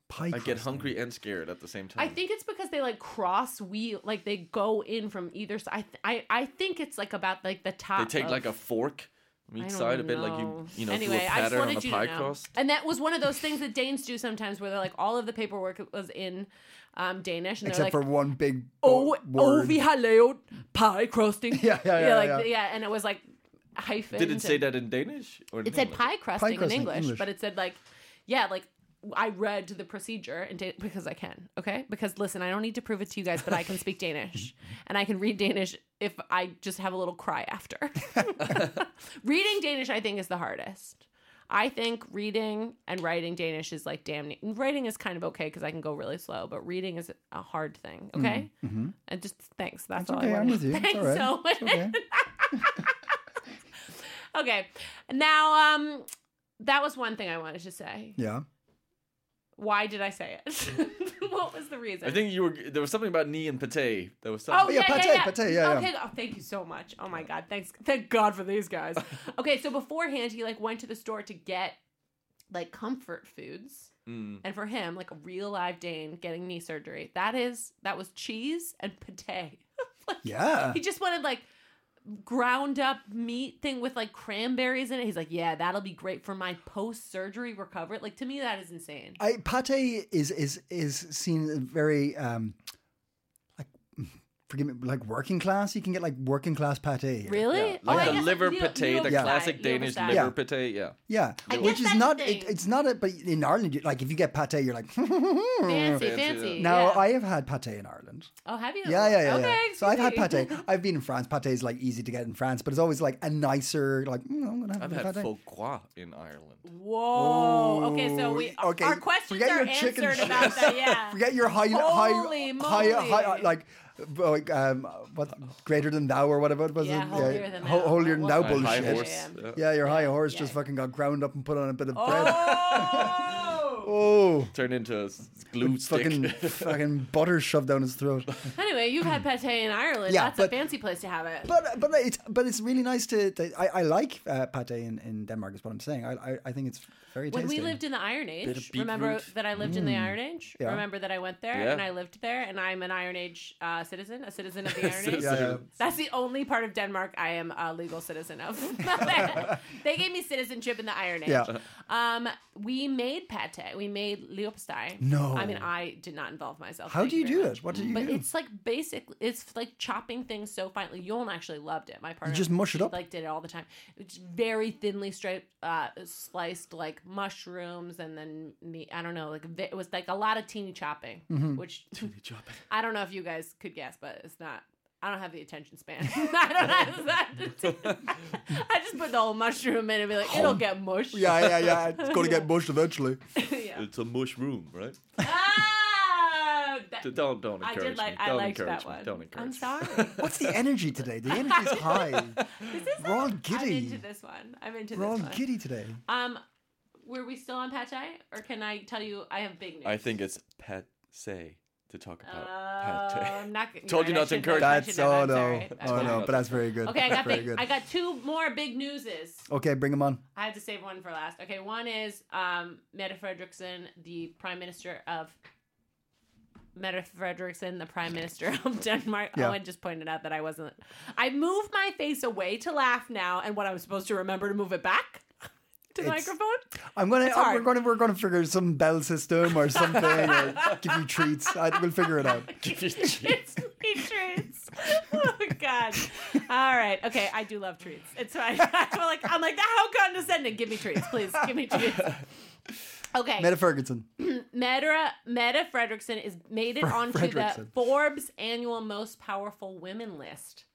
Pie
I get
crust.
hungry and scared at the same time.
I think it's because they like cross wheel, like they go in from either side. I, th- I, I think it's like about like the
they
top.
take
of-
like a fork from
I
each
don't
side a bit, like you
know.
you know
anyway,
do a
I just
pattern on
wanted
a
you to
pie
know.
crust.
And that was one of those things that Danes do sometimes, where they're like, all of the paperwork was in um, Danish, and
Except
they're
for
like,
one big
Oh,
bo- word.
oh, we had layout pie crusting.
[LAUGHS] Yeah, yeah, yeah,
yeah, like,
yeah.
yeah. and it was like hyphens.
Did it say
and-
that in Danish or in
It said
English?
pie crusting,
crusting,
in English,
English.
but it said like, yeah, like. I read the procedure and Dan- because I can, okay? Because listen, I don't need to prove it to you guys, but I can
[LAUGHS]
speak Danish and I can read Danish if I just have a little cry
[LAUGHS]
after. [LAUGHS] reading Danish, I think, is the hardest. I think reading and writing Danish is like damn. ne- Writing is kind of okay because I can go really slow, but reading is a hard thing. Okay, and just thanks. That's,
It's
all
Mm-hmm. okay,
I
I'm
wanted.
with you. It's
[LAUGHS] Thanks
all right.
so much.
It's okay.
Okay. Now, um, that was one thing I wanted to say. [LAUGHS]
Yeah.
Why did I say it? [LAUGHS] what was the reason?
I think you were. There was something about knee and pate. There was
Oh
something.
yeah,
yeah,
yeah,
pate,
yeah.
pate, yeah, yeah.
okay. Oh, thank you so much. Oh my god. Thanks.
Thank God for these guys.
[LAUGHS]
Okay. So beforehand, he like went to the store to get like comfort foods,
Mm.
and for him, like a real live Dane getting knee surgery, that is that was cheese and pate. Like,
Yeah.
He just wanted like ground up meat thing with like cranberries in it. He's like, yeah, that'll be great for my post surgery recovery. Like to me, that is insane.
I pate is is is seen as very um like forgive me like working class. You can get like working class pate. here.
Really?
Yeah,
Oh, I
like
guess
the liver
you don't-
pate,
you
the
don't decide.
classic
You don't
Danish
decide.
liver
Yeah.
pate. Yeah.
Yeah,
I
which
guess
is
that's
not
the
it,
thing.
it's not a but in Ireland you, like if you get pate you're like [LAUGHS]
Fancy,
Fancy,
fancy.
yeah.
Now
yeah.
I have had pate in Ireland.
Oh, have you?
Yeah, yeah, yeah.
Okay.
yeah. So I've had
excuse me.
pate. I've been in France. Pate is like easy to get in France, but it's always like a nicer like mm, I'm gonna have a
I've
bit of
had
pate.
foie gras in Ireland.
Whoa. okay, so we
okay,
our questions
forget
are
your chicken
answered
shit.
about that.
[LAUGHS]
Yeah.
Forget your high
Holy
high, high
moly.
high uh, like uh, like um what greater than thou or whatever it was
Yeah,
it?
holier than
Ho-
thou.
holier than thou
What was it?
High
Yeah,
bullshit.
horse.
yeah.
yeah.
Yeah, your high horse
yeah.
just fucking got ground up and put on a bit of bread.
Oh!
[LAUGHS] Oh,
Turned into a s- glue stick. [LAUGHS]
fucking fucking butter shoved down his throat.
Anyway, you've had pate in Ireland.
Yeah,
That's
but-
a fancy place to have it.
But but it's but it's really nice to. to I, I like uh, pate in, in Denmark is what I'm saying. I I, I think it's very
when
tasty.
we lived in the Iron
Bit of
Age,
beetroot.
remember that I lived in the Iron Age?
Mm. Yeah.
Remember that I went there
Yeah.
and I lived there and I'm an Iron Age uh, citizen, a citizen of the Iron Age.
yeah,
[LAUGHS]
yeah.
That's the only part of Denmark I am a legal citizen of. [LAUGHS] they gave me citizenship in the Iron Age.
Yeah.
Um, we made pate. We made leopstein.
No.
I mean, I did not involve myself.
How
Thank
do you
very
do
much.
it? What do you
But
do?
it's like basic. It's like chopping things so finely. Yolan actually loved it. My partner
just mush it
she,
up?
Like did it all the time. It's very thinly striped, uh, sliced like mushrooms and then meat. I don't know. Like vi- it was like a lot of teeny chopping,
Mm-hmm.
which
[LAUGHS]
[LAUGHS] I don't know if you guys could guess, but it's not. I don't have the attention span. [LAUGHS]
[LAUGHS]
I don't have that. [LAUGHS] I just put the whole mushroom in and be like, it'll get mush.
Oh, yeah, yeah,
[LAUGHS]
yeah. It's going to get mushed eventually.
Yeah.
It's a mushroom, right?
Ah, that-
D- [LAUGHS] Don't don't
I
encourage
did like.
me.
I
Don't
liked
encourage
that
me.
one.
Don't encourage
I'm
me. [LAUGHS]
sorry.
What's the energy today? The energy's
[LAUGHS]
high. We're all
uh, I'm
giddy.
into this one. I'm into
We're all
this one.
giddy today.
Um, were we still on Patch Eye, or can I tell you I have big news?
I think it's pate to talk
Oh,
about pate.
I'm Um, not. you're
Told you
I
not to
should know,
encourage.
I
That's
should know,
oh
I'm
no,
sorry. I'm
oh
sorry.
no. But that's very good.
Okay, I
That's
got
very
big,
good.
I got two more big newses.
Okay, bring them on.
I had to save one for last. Okay, one is um, Mette Frederiksen, the Prime Minister of Mette Frederiksen, the Prime Minister [LAUGHS] of Denmark.
Yeah.
Owen just pointed out that I wasn't. I moved my face away to laugh now, and what I was supposed to remember to move it back [LAUGHS] to the
It's-
microphone.
I'm gonna.
It's
oh, we're
hard.
gonna. We're gonna figure some bell system or something. or give you treats. I, we'll figure it
[LAUGHS]
out.
it's treats. Oh God! All right. Okay, I do love treats. It's fine. [LAUGHS] I'm like, I'm like, how condescending. Give me treats, please. Give me treats. Okay.
Meta Ferguson.
Meta Meta Fredrickson is made it onto the
Fredrickson.
Forbes annual most powerful women list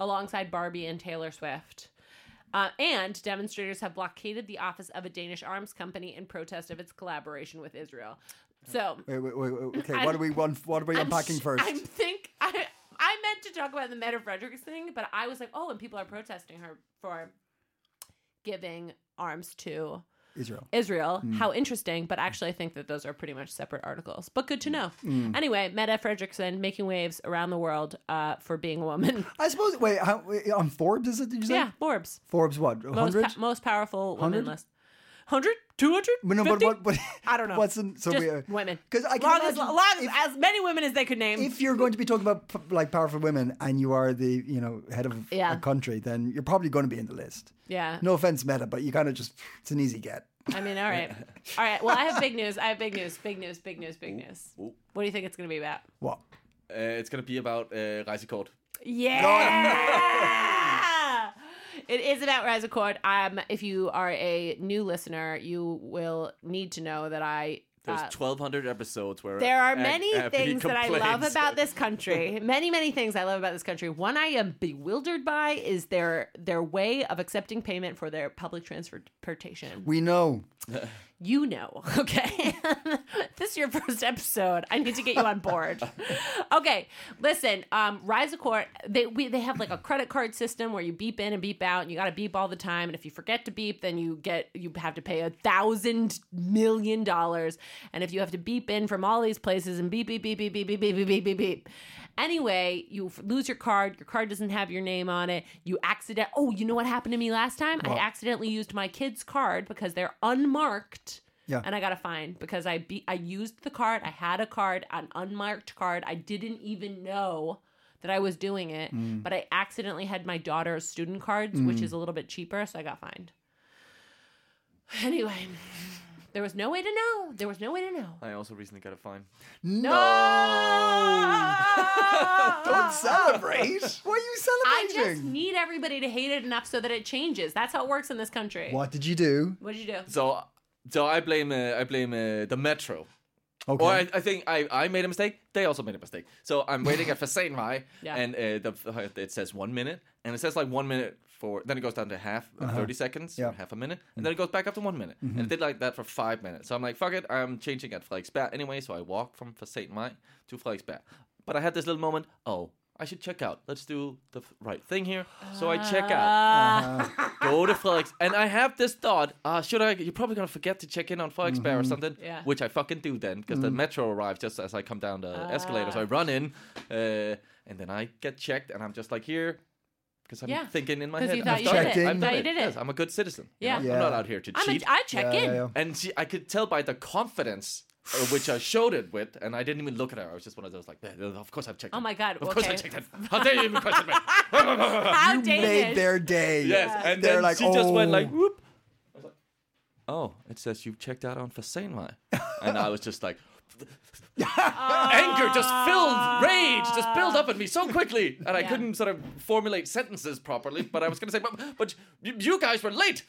alongside Barbie and Taylor Swift. Uh, and demonstrators have blockaded the office of a Danish arms company in protest of its collaboration with Israel. So,
Wait, wait, wait, wait, Okay,
I'm-
what are we? One, what are we unpacking
I'm, sh-
1st
I think I I meant to talk about the Meta Fredericks thing, but I was like, oh, and people are protesting her for giving arms to
Israel.
Israel.
Hmm.
How interesting. But actually, I think that those are pretty much separate articles. But good to
Hmm.
know. Anyway, Meta Fredrickson making waves around the world uh, for being a
[LAUGHS]
woman.
I suppose. Wait, how, wait, on Forbes is it? Did you say?
yeah, Forbes.
Forbes what?
Most,
Hundred.
pa- most powerful women
100?
list. 100? 200?
no, but
50?
what, [LAUGHS] what?
I don't know.
What's in, so
Just
we? uh,
women.
'cause I can
long as,
imagine
long as,
if-
as many women as they could name.
If you're going to be talking about p- like powerful women and you are the you know head of
Yeah.
a country, then you're probably going to be in the list.
yeah.
No offense, Meta, but you kind of just it's an easy get.
I mean, all right. All right. Well, I have big news. I have big news. Big news. Big news. Big news. What do you think it's going to be about?
What?
[LAUGHS] Uh, it's gonna be about uh, Rejsekort.
Yeah. [LAUGHS] It is about Rise Accord. Um, if you are a new listener, you will need to know that I.
There's
uh,
1,200 episodes where
there are
Ab- [LAUGHS]
many
Abby
things that I love
complains.
about this country. many, many things I love about this country. One I am bewildered by is their their way of accepting payment for their public transportation.
We know.
you know, [LAUGHS] okay? this is your first episode. I need to get you on board. okay, listen, um, Rise Accord, they we, they have like a credit card system where you beep in and beep out, and you got to beep all the time. And if you forget to beep, then you get you have to pay a thousand million dollars. And if you have to beep in from all these places and beep beep beep beep beep beep beep beep beep beep beep. Anyway, you f- lose your card. Your card doesn't have your name on it. You accident. Oh, you know what happened to me last time? I accidentally used my kid's card because they're unmarked.
Yeah.
And I got a fine because I be- I used the card. I had a card, an unmarked card. I didn't even know that I was doing it, but I accidentally had my daughter's student cards, which is a little bit cheaper, so I got fined. [SIGHS] Anyway, there was no way to know. There was no way to know.
I also recently got a fine.
No.
[LAUGHS] No!
Don't
[LAUGHS]
celebrate. Why are you
I
celebrating?
just need everybody to hate it enough so that it changes. That's how it works in this country.
What did you do?
What did you do?
So, so I blame uh, I blame uh, the metro.
Okay.
Or I, I think I, I made a mistake. They also made a mistake. So I'm waiting at Fasanvai,
Yeah.
and uh, the, it says one minute, and it says like one minute for. Then it goes down to half, uh, thirty seconds,
Uh-huh. Yeah. Mm-hmm.
half a minute, and then it goes back up to one minute. And it did like that for five minutes. So I'm like, fuck it, I'm changing at Frederiksberg anyway. So I walked from Fasanvai to Frederiksberg, but I had this little moment. Oh, I should check out. Let's do the f- right thing here. So I check
Uh-huh.
out
Uh,
Uh,
[LAUGHS]
go to Felix. And I have this thought, uh, should I? You're probably going to forget to check in on Felix Bear or something,
Yeah.
which I fucking do then because the metro arrives just as I come down the
Ah.
escalator. So I run in uh, and then I get checked and I'm just like here because I'm
Yeah.
thinking in my
'Cause
head.
you
I've
thought you
did it. You
done it. I've done
thought you
it.
did it.
Yes, I'm a good citizen. you
Yeah.
know?
Yeah.
I'm not out here to
I'm a,
cheat.
I check in.
And she, I could tell by the confidence uh, which I showed it with, and I didn't even look at her. I was just one of those like, "Eh, of course I've checked.
Oh
in.
my God,
Of course I
okay.
checked. in. How dare you even question
[LAUGHS]
me?
How
You
Danish.
made their day.
Yes, and
They're
then
like,
she just went
"Oh."
like, whoop. I was like, Oh, it says you've checked out on
[LAUGHS]
Fasenai. and I was just [LAUGHS] like, anger just filled, rage just built up in me so quickly. And I
Yeah.
couldn't sort of formulate sentences properly, but I was going to say, but, but you, you guys were [LAUGHS] late.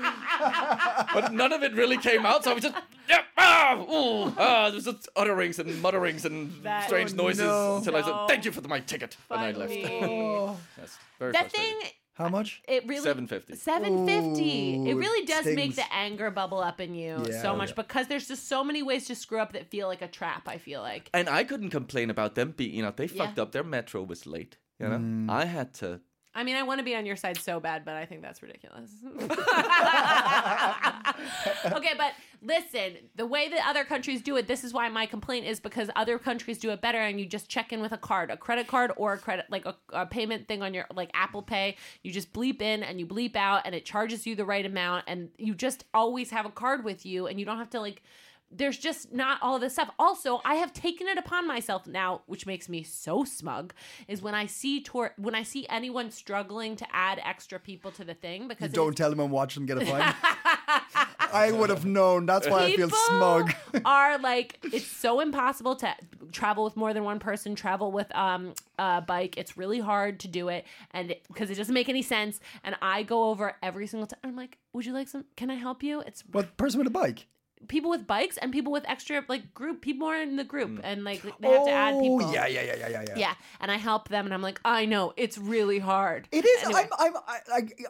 but none of it really came out, so I was just, yeah, ah, ooh, ah, there was just utterings and mutterings and
That-
strange
Oh,
noises
no.
until I
No.
said, thank you for the, my ticket. And I left. [LAUGHS]
Funny.
Yes, very
That
frustrating.
thing,
"Oh." How much?
Oh. it really
Seven fifty.
Seven fifty. It
Ooh,
really does make
stings.
the anger bubble up in you
Yeah.
so much because there's just so many ways to screw up that feel like a trap. I feel like
And I couldn't complain about them being, you know, they fucked
Yeah.
up. Their metro was late. You know,
Mm.
I had to.
I mean, I want to be on your side so bad, but I think that's ridiculous. [LAUGHS] okay, but listen, the way that other countries do it, this is why my complaint is because other countries do it better, and you just check in with a card, a credit card, or a credit like a, a payment thing on your like Apple Pay. You just bleep in and you bleep out, and it charges you the right amount, and you just always have a card with you, and you don't have to like there's just not all this stuff. Also, I have taken it upon myself now, which makes me so smug, is when I see tour when I see anyone struggling to add extra people to the thing
You
because it
don't tell them and watch them get a
[LAUGHS]
fine. I would have known. That's why I feel
people
smug. [LAUGHS]
are like it's so impossible to travel with more than one person travel with um a bike it's really hard to do it and because it, doesn't make any sense and i go over every single time i'm like would you like some can i help you it's
What person with a bike?
people with bikes and people with extra like group people are in the group and like they have to add people
Mm. Oh, yeah, yeah, yeah, yeah, yeah, yeah.
yeah and i help them and i'm like i know it's really hard
It is.
Anyway,
I'm. I'm. I,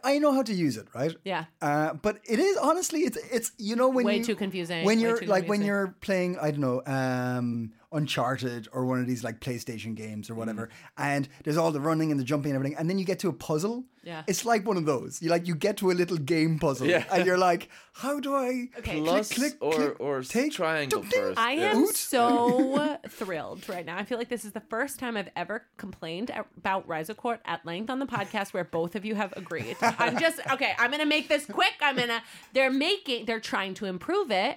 I, I know how to use it, right?
yeah
Uh, but it is honestly, it's it's you know when
Way
you-
too confusing,
when
way
you're
too
like when
confusing.
you're playing I don't know um, Uncharted or one of these like PlayStation games or whatever,
Mm-hmm.
and there's all the running and the jumping and everything, and then you get to a puzzle.
Yeah.
it's like one of those. You like you get to a little game puzzle,
Yeah.
and you're like, how do I
Okay.
click,
Plus
click,
or
click,
or
take,
triangle
ding, ding.
first.
I
yeah.
am
Oot.
so thrilled right now. I feel like this is the first time I've ever complained at- about Rizocourt at length on the podcast where both of you have agreed. I'm just okay, I'm gonna make this quick. I'm gonna they're making they're trying to improve it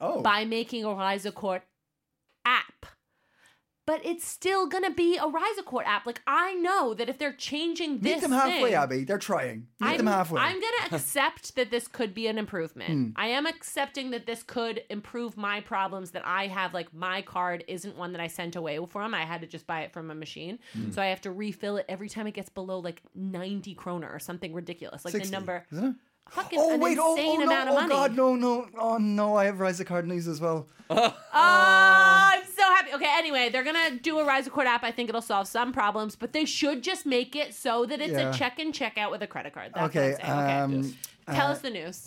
Oh,
by making a Rizocourt app. But it's still gonna be a Rizocourt app. Like I know that if they're changing this
meet them halfway,
thing,
Abby. They're trying. Meet
I'm,
them halfway. Hmm.
I'm gonna accept that this could be an improvement. I am accepting that this could improve my problems that I have. Like my card isn't one that I sent away from. I had to just buy it from a machine,
Hmm.
so I have to refill it every time it gets below like ninety kroner or something ridiculous, like
60,
the number.
isn't it?
Fucking
Oh
an
wait! Oh,
insane
oh no!
amount of
oh
money.
God! No! No! Oh no! I have Rise of Card news as well.
Oh, I'm so happy. Okay, anyway, they're gonna do a Rise of Court app. I think it'll solve some problems, but they should just make it so that it's
Yeah.
a check in check out with a credit card. That's
okay.
what I'm saying. Okay.
Um,
Tell us the news.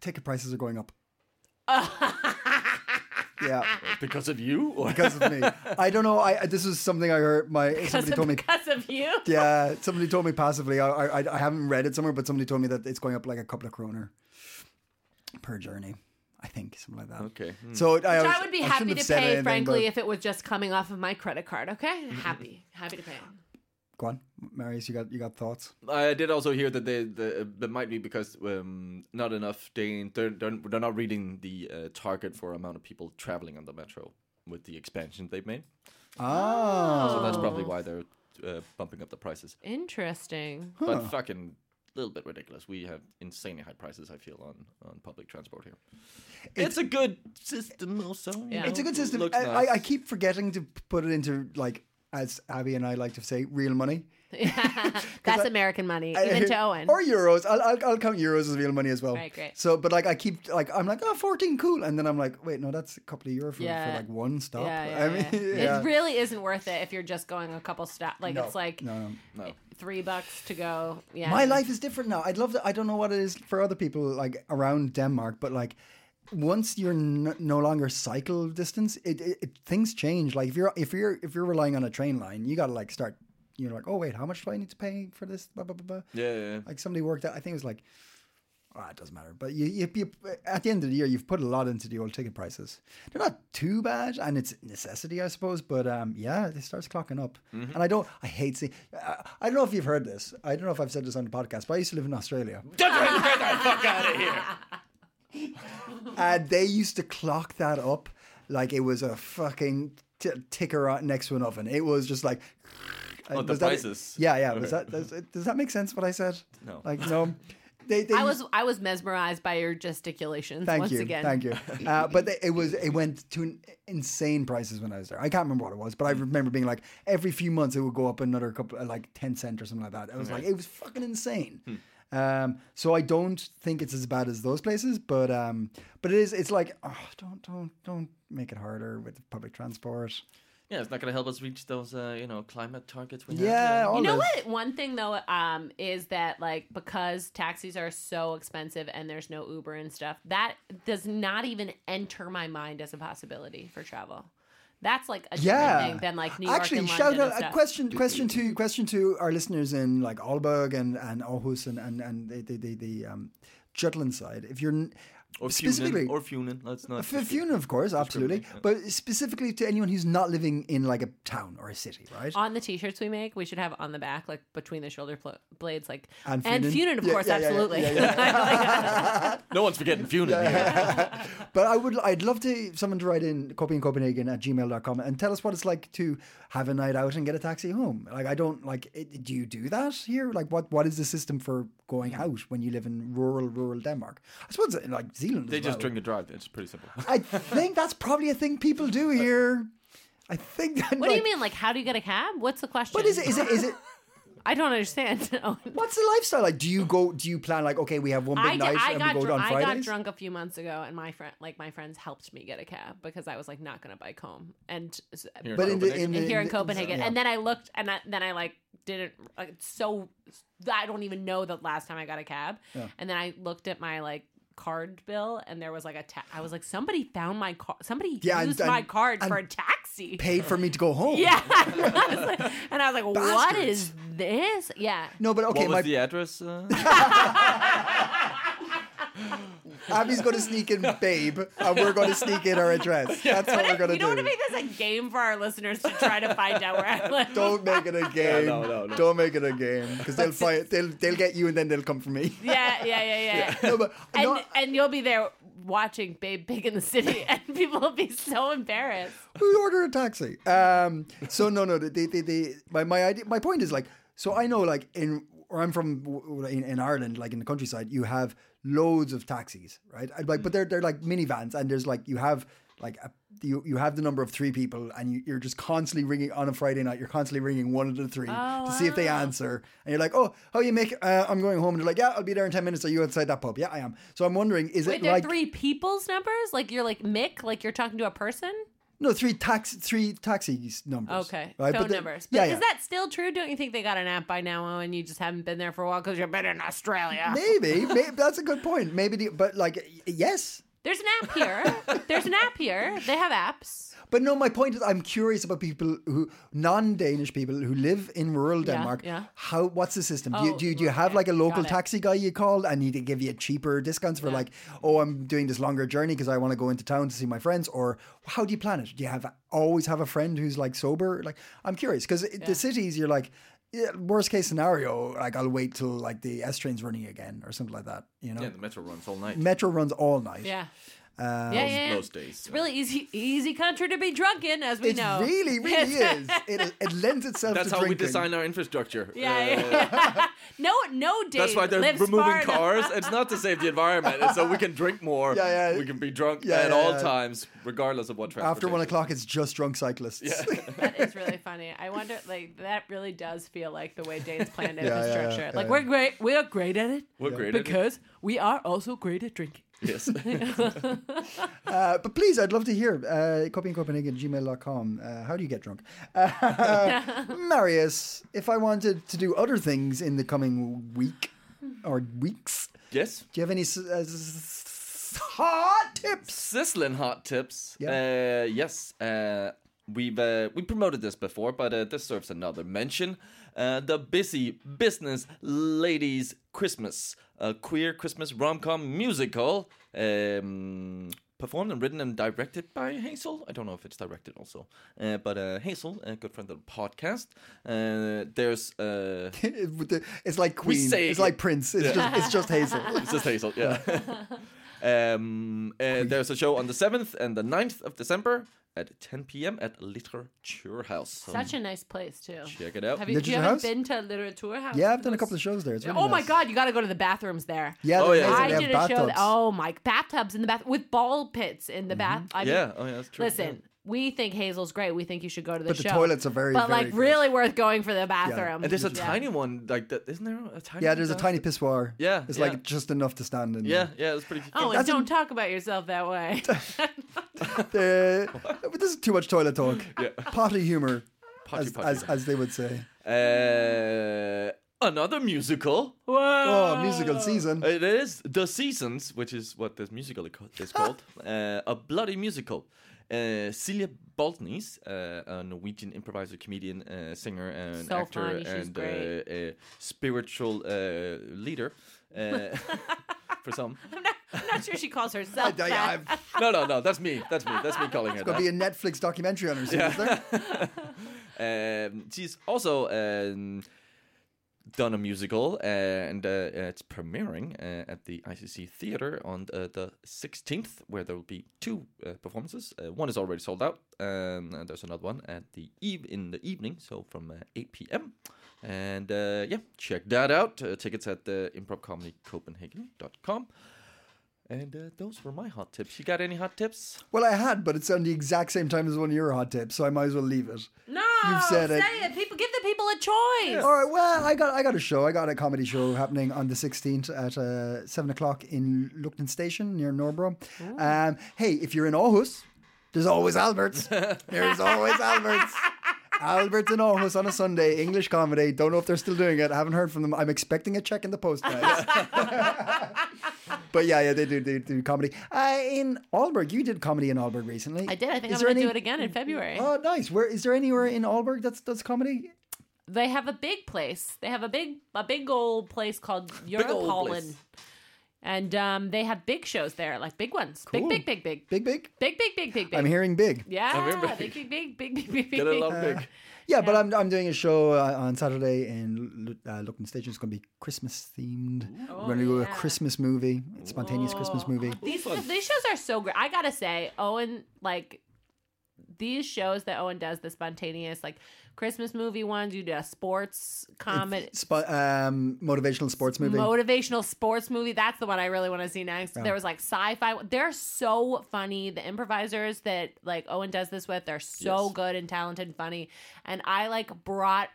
ticket prices are
[LAUGHS]
going up. yeah,
Ah.
because of you. [LAUGHS] Or
because of me. I don't know. I this is something I heard. My somebody told me.
because of you.
Yeah, somebody told me passively. I, I I haven't read it somewhere, but somebody told me that it's going up like a couple of kroner per journey. I think something like that.
Okay, hmm.
So I,
Which
was-
I would be
I
happy
shouldn't have
to
said
pay,
anything,
frankly,
but- Mm-hmm.
if it was just coming off of my credit card. Okay, happy, happy to pay.
Go on, Marius. You got you got thoughts?
I did also hear that they, the that might be because um, not enough they they're, they're they're not reading the uh, target for amount of people traveling on the metro with the expansion they've made.
Oh,
Ah,
So that's probably why they're uh, bumping up the prices.
[LAUGHS]
Interesting.
But fucking little bit ridiculous. We have insanely high prices. I feel on on public transport here. It's, a good system, also. Yeah,
it's a good system. I,
Looks nice.
I, I keep forgetting to put it into like as Abby and I like to say, real money.
That's American money,
[LAUGHS]
even to Owen.
Or euros. I'll, I'll, I'll count euros as real money as well.
Right, great.
So, but like I keep like I'm like oh 14 cool, and then I'm like wait no that's a couple of euro for,
Yeah.
for like one stop.
yeah,
I
yeah,
mean, [LAUGHS]
yeah.
yeah.
It really isn't worth it if you're just going a couple stops. Like it's like
no, no.
three bucks to go. Yeah,
My life is different now. I'd love to. I don't know what it is for other people like around Denmark, but like once you're n- no longer cycle distance, it, it, it things change. Like if you're if you're if you're relying on a train line, you got to like start. You're like oh wait, how much do I need to pay for this? Blah blah blah. blah.
yeah, yeah, yeah.
Like somebody worked out. I think it was like. Ah, it doesn't matter. But you, you, you, at the end of the year, you've put a lot into the old ticket prices. They're not too bad, and it's necessity, I suppose. But um, yeah, it starts clocking up. And I don't, I hate seeing. I, I don't know if you've heard this. I don't know if I've said this on the podcast, but I used to live in Australia, [LAUGHS] and they used to clock that up like it was a fucking t- ticker on next to an oven. It was just like.
Oh, the
was that-
prices.
yeah, yeah. Was that, does, does that make sense? What I said?
No.
Like
[LAUGHS]
no. They, they
I
used-
was I was mesmerized by your gesticulations
[LAUGHS] Thank
once
you.
again. [LAUGHS]
Thank you. Uh, but they, it was it went to an insane prices when I was there. I can't remember what it was, but I remember being like every few months it would go up another couple, uh, like ten cent or something like that. It was like it was fucking insane.
Hmm.
Um, so I don't think it's as bad as those places, but um, but it is. It's like oh, don't don't don't make it harder with public transport.
Yeah, it's not gonna help us reach those uh, you know climate targets. We have.
Yeah, all
You know
this.
what? One thing though um, is that like because taxis are so expensive and there's no Uber and stuff, that does not even enter my mind as a possibility for travel. That's like a different
Yeah.
thing than like New York
Actually,
and
shout
London
out
and
a
stuff.
question question to question to our listeners in like Aalborg and and Aarhus and and and the the the, the um, Jutland side. If you're n-
Or
Specifically-
Funen. Or Funen. Let's not.
F- Funen, of course, absolutely. But specifically to anyone who's not living in like a town or a city, right?
on the t-shirts we make, we should have on the back, like between the shoulder pl- blades, like
And
and
Funen?
Funen, of
Yeah,
course,
yeah, yeah, yeah,
absolutely. [LAUGHS]
yeah, [LAUGHS]
No one's forgetting Funen. here.
But I would, I'd love to someone to write in copy in Copenhagen at gmail.com and tell us what it's like to have a night out and get a taxi home. Like, I don't like. It, do you do that here? Like, what what is the system for going out when you live in rural rural Denmark? I suppose in like Zealand.
They
as
just
well.
drink and drive. It's pretty simple. [LAUGHS]
I think that's probably a thing people do here. I think. That,
What do
like,
you mean? Like, how do you get a cab? What's the question?
But is it? Is it? Is it?
I don't understand. [LAUGHS] Oh,
What's the lifestyle like? Do you go? Do you plan like okay, we have one big
I, did-
night
I
and
got
we go
drunk.
on
I
Fridays?
got drunk a few months ago, and my friend, like my friends, helped me get a cab because I was like not gonna bike home, and s-
Here.
But in the, in
Copenhagen.
the,
and here in
the-
Copenhagen.
yeah.
And then I looked, and I, then I like didn't like it's so. I don't even know the last time I got a cab. And then I looked at my like card bill, and there was like a. Ta- I was like, somebody found my car. Somebody
Yeah, and-
used
and-
my card for a
and
taxi.
paid for me to go home.
[LAUGHS] yeah, [LAUGHS] I was like- and I was like, what
[LAUGHS] Bastards.
is this? Yeah.
No, but okay,
what was
my
the address?
[LAUGHS]
Uh,
Abby's going to sneak
[LAUGHS]
in Babe, and we're going to sneak in our address. That's what, we're
What if,
going
we
to
don't want
do.
to make this a game for our listeners to try to find out
[LAUGHS]
where I live.
Don't make it a game.
no, no, no.
Don't make it a game because they'll fight. They'll they'll get you, and then they'll come for me.
Yeah, yeah, yeah, yeah.
No, but
[LAUGHS] And,
[LAUGHS] no,
and you'll be there watching Babe Big in
[LAUGHS]
the City, and people will be so embarrassed.
who order a taxi? Um, so no, no. They, they, they, my my idea, my point is like, so I know like in where I'm from w- w- in, in Ireland, like in the countryside, you have loads of taxis, right? And, Like, but they're they're like minivans, and there's like you have like a, you you have the number of three people, and you, you're just constantly ringing on a Friday night. You're constantly ringing one of the three
Oh,
to see if they answer, and you're like, oh, how you make? Uh, I'm going home, and they're like, yeah, I'll be there in ten minutes. Are you outside that pub? Yeah, I am. So I'm wondering, is
Wait,
it
there
like
are three people's numbers? Like you're like Mick, like you're talking to a person?
no three tax three taxis numbers?
Okay.
right?
Phone
But the-
numbers. But is that still true? Don't you think they got an app by now and you just haven't been there for a while because you've been in Australia?
maybe, maybe that's a good point. Maybe, the, but like, y- yes,
There's an app
[LAUGHS]
here. There's an app here. They have apps.
but no. My point is, I'm curious about people who non-Danish people who live in rural Denmark.
yeah.
How? What's the system? do you
Oh,
do, you- do you have
okay,
like a local
got it.
taxi guy you call and he to give you cheaper discounts for like, oh, I'm doing this longer journey because I want to go into town to see my friends? Or how do you plan it? Do you have always have a friend who's like sober? Like, I'm curious because the cities you're like. Yeah, worst case scenario, like I'll wait till like the S train's running again or something like that. You know,
yeah, the metro runs all night.
metro runs all night.
Yeah.
Um,
yeah, yeah, yeah.
most days,
It's really easy easy country to be drunk in, as we
It
know.
really, really is. It, it lends
[LAUGHS]
itself
That's
to
how we
drinking.
design our infrastructure.
Yeah,
Uh,
yeah, yeah. [LAUGHS] no, no. Dave
That's why they're
lives far
removing
enough.
cars. It's not to save the environment. It's so we can drink more.
Yeah, yeah.
We can be drunk
Yeah,
at
yeah,
all
yeah.
times, regardless of what traffic.
After one o'clock, it's just drunk cyclists.
That is really funny. I wonder, like, that really does feel like the way Dane's planned
[LAUGHS] yeah,
infrastructure.
yeah,
like,
yeah.
we're
We're great. We are great at it
We're great at it.
because we are also great at drinking.
[LAUGHS]
Yes. [LAUGHS]
uh, but please, I'd love to hear. Uh, copyingcopenhagen@gmail.com. Uh, how do you get drunk? Uh, [LAUGHS] Marius, if I wanted to do other things in the coming week or weeks,
yes.
do you have any s- uh, s- hot tips? [LAUGHS]
Sizzling hot tips.
Yeah.
Uh, yes. Uh, we've uh, we promoted this before, but uh, this serves another mention. Uh, the busy business ladies Christmas, a queer Christmas rom com musical. Um, Performed and written and directed by Hazel. I don't know if it's directed also, uh, but uh, Hazel, a good friend of the podcast. Uh, there's uh,
With the- it's like Queen.
say
It's
it.
like Prince. It's just it's just
[LAUGHS]
Hazel.
it's just Hazel,
[LAUGHS]
yeah. um, uh, there's a show on the 7th and the 9th of December at 10 p.m. at Literature House. So
Such a nice place, too.
check it out.
Have you, you
Literature
haven't
Um, House?
been to Literature House?
Yeah, I've done a couple of shows there. It's really
Oh my
nice.
God! You got to go to the bathrooms there.
Yeah,
Oh,
they're
yeah.
amazing.
I
They have
did a show. That,
bathtubs.
oh my! Bathtubs in the bath with ball pits in the bath.
Mm-hmm.
I mean,
yeah, oh yeah, that's true.
Listen, we think Hazel's great. We think you should go to the
But
show.
the toilets are very,
But
very
like,
good.
really worth going for the bathroom.
Yeah. And there's a tiny one like that. Isn't there a tiny?
Yeah,
one
there's a
down-
tiny pissoir.
Yeah,
It's
yeah.
like just enough to stand in.
Yeah, yeah, it's pretty.
Oh, and
That's a-
don't talk about yourself that
[LAUGHS]
way.
Uh, but this is too much toilet talk.
Yeah.
Potty humor,
Potty,
as,
potty.
As, as they would say.
Uh, another musical.
Oh, musical season.
Uh, It is The Seasons, which is what this musical
[LAUGHS]
is called. uh, a bloody musical. Uh, Celia Baltnes, uh, a Norwegian improviser, comedian, uh, singer, and
So
actor,
funny, she's
and uh,
great. [LAUGHS]
uh, spiritual uh, leader. Uh, for some,
I'm not sure she calls herself
I-
that.
I've-
No, no, no. That's me. That's me. That's me calling her.
There'll
that.
be a Netflix documentary on her soon, is there?
Um, she's also um, done a musical, uh, and uh, uh, it's premiering uh, at the ICC Theatre on uh, the 16th, where there will be two uh, performances. Uh, one is already sold out, um, and there's another one at the eve in the evening, so from uh, 8 p.m. And uh, yeah, check that out. Uh, tickets at the improvcomedycopenhagen.com. And uh, those were my hot tips. You got any hot tips?
Well, I had, but it's on the exact same time as one of your hot tips, so I might as well leave it.
No,
You've said
say
it.
it. People give the people a choice.
All right. Well, I got I got a show. I got a comedy show happening on the 16th at uh, seven o'clock in Luckton Station near Norbro. Um, hey, if you're in Aarhus, there's always Alberts. there's always Alberts. Alberts in Aarhus on a Sunday. English comedy. Don't know if they're still doing it. haven't heard from them. I'm expecting a check in the post, guys. [LAUGHS] but yeah, yeah, they do they do comedy. Uh, in Aalborg, you did comedy in Aalborg recently.
I did. I think
Is
I'm
there
going to do it
any-
again in February.
Oh, nice. Where is there anywhere in Aalborg that's that's comedy?
they have a big place. They have a big a big old place called
old
Europolin.
place.
And um, they have big shows there, like big ones.
Cool.
Big, big, big, big.
Big, big.
Big, big, big, big, big.
I'm hearing big.
Yeah,
very
big, big, big, big, big, big, big.
Get it
[LAUGHS]
along
Uh,
big.
Yeah, but I'm, I'm doing a show uh, on Saturday in Lu- uh, Lucknow Station. It's going to be Christmas themed. We're going to do a Christmas movie, a spontaneous Christmas movie.
These, these shows are so great. I gotta say, Owen, like these shows that Owen does, the spontaneous, like Christmas movie ones, you do a sports comedy,
Spo- um, motivational sports movie.
motivational sports movie. That's the one I really want to see next. There was like sci-fi. They're so funny. The improvisers that like Owen does this with, they're so
Yes.
good and talented and funny. And I like brought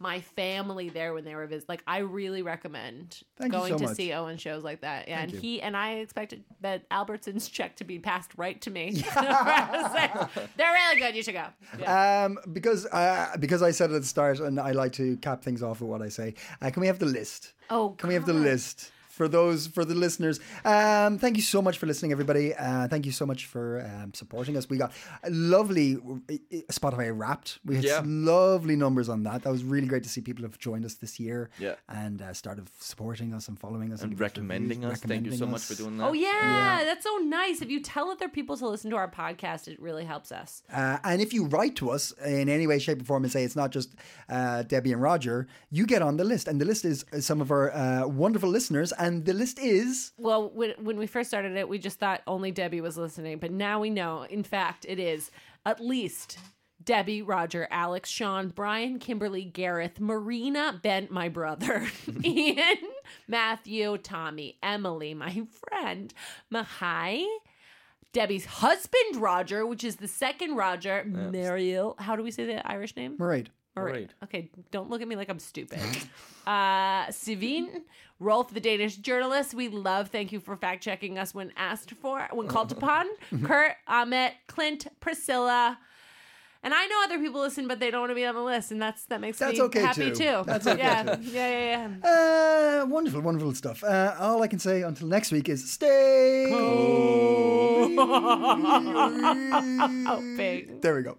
my family there when they were visiting. Like I really recommend
Thank you
going
so
to
much.
see Owen shows like that. Yeah, and
you.
he and I expected that Albertson's [LAUGHS] check to be passed right to me. [LAUGHS] I was like, they're really good. You should go. Yeah.
um, because uh, because I said it at the start, and I like to cap things off with what I say. Uh, can we have the list?
Oh,
can we have the list for those for the listeners? Um, thank you so much for listening, everybody. Uh, thank you so much for um, supporting us. We got a lovely uh, Spotify Wrapped. We had
Yeah.
lovely numbers on that. That was really great to see people have joined us this year.
Yeah.
and uh, started supporting us and following us and, giving us
Recommending
reviews,
us. Thank you so
recommending
much
us.
for doing that.
Oh yeah, that's so nice. If you tell other people to listen to our podcast, it really helps us.
Uh, and if you write to us in any way, shape, or form and say it's not just uh, Debbie and Roger, you get on the list. And the list is is some of our uh, wonderful listeners. And the list is
Well, when, when we first started it, we just thought only Debbie was listening, but now we know. In fact, it is at least Debbie, Roger, Alex, Sean, Brian, Kimberly, Gareth, Marina, Bent, my brother, [LAUGHS] Ian, Matthew, Tommy, Emily, my friend, Mahai. Debbie's husband, Roger, which is the second Roger, Mariel. How do we say the Irish name?
Mairead.
All right.
Right.
Okay, don't look at me like I'm
[LAUGHS]
stupid. uh, Savine, Rolf, the Danish journalist, we love. Thank you for fact checking us when asked for, when called
Uh-huh.
upon.
[LAUGHS] Mm-hmm.
Kurt, Amit, Clint, Priscilla. And I know other people listen, but they don't want to be on the list, and that's that makes
That's
me
okay,
happy
too.
too.
That's okay,
yeah. yeah, yeah,
[LAUGHS]
yeah.
Uh, wonderful, wonderful stuff. Uh, all I can say until next week is stay. [LAUGHS]
[LAUGHS] Oh, big.
There we go.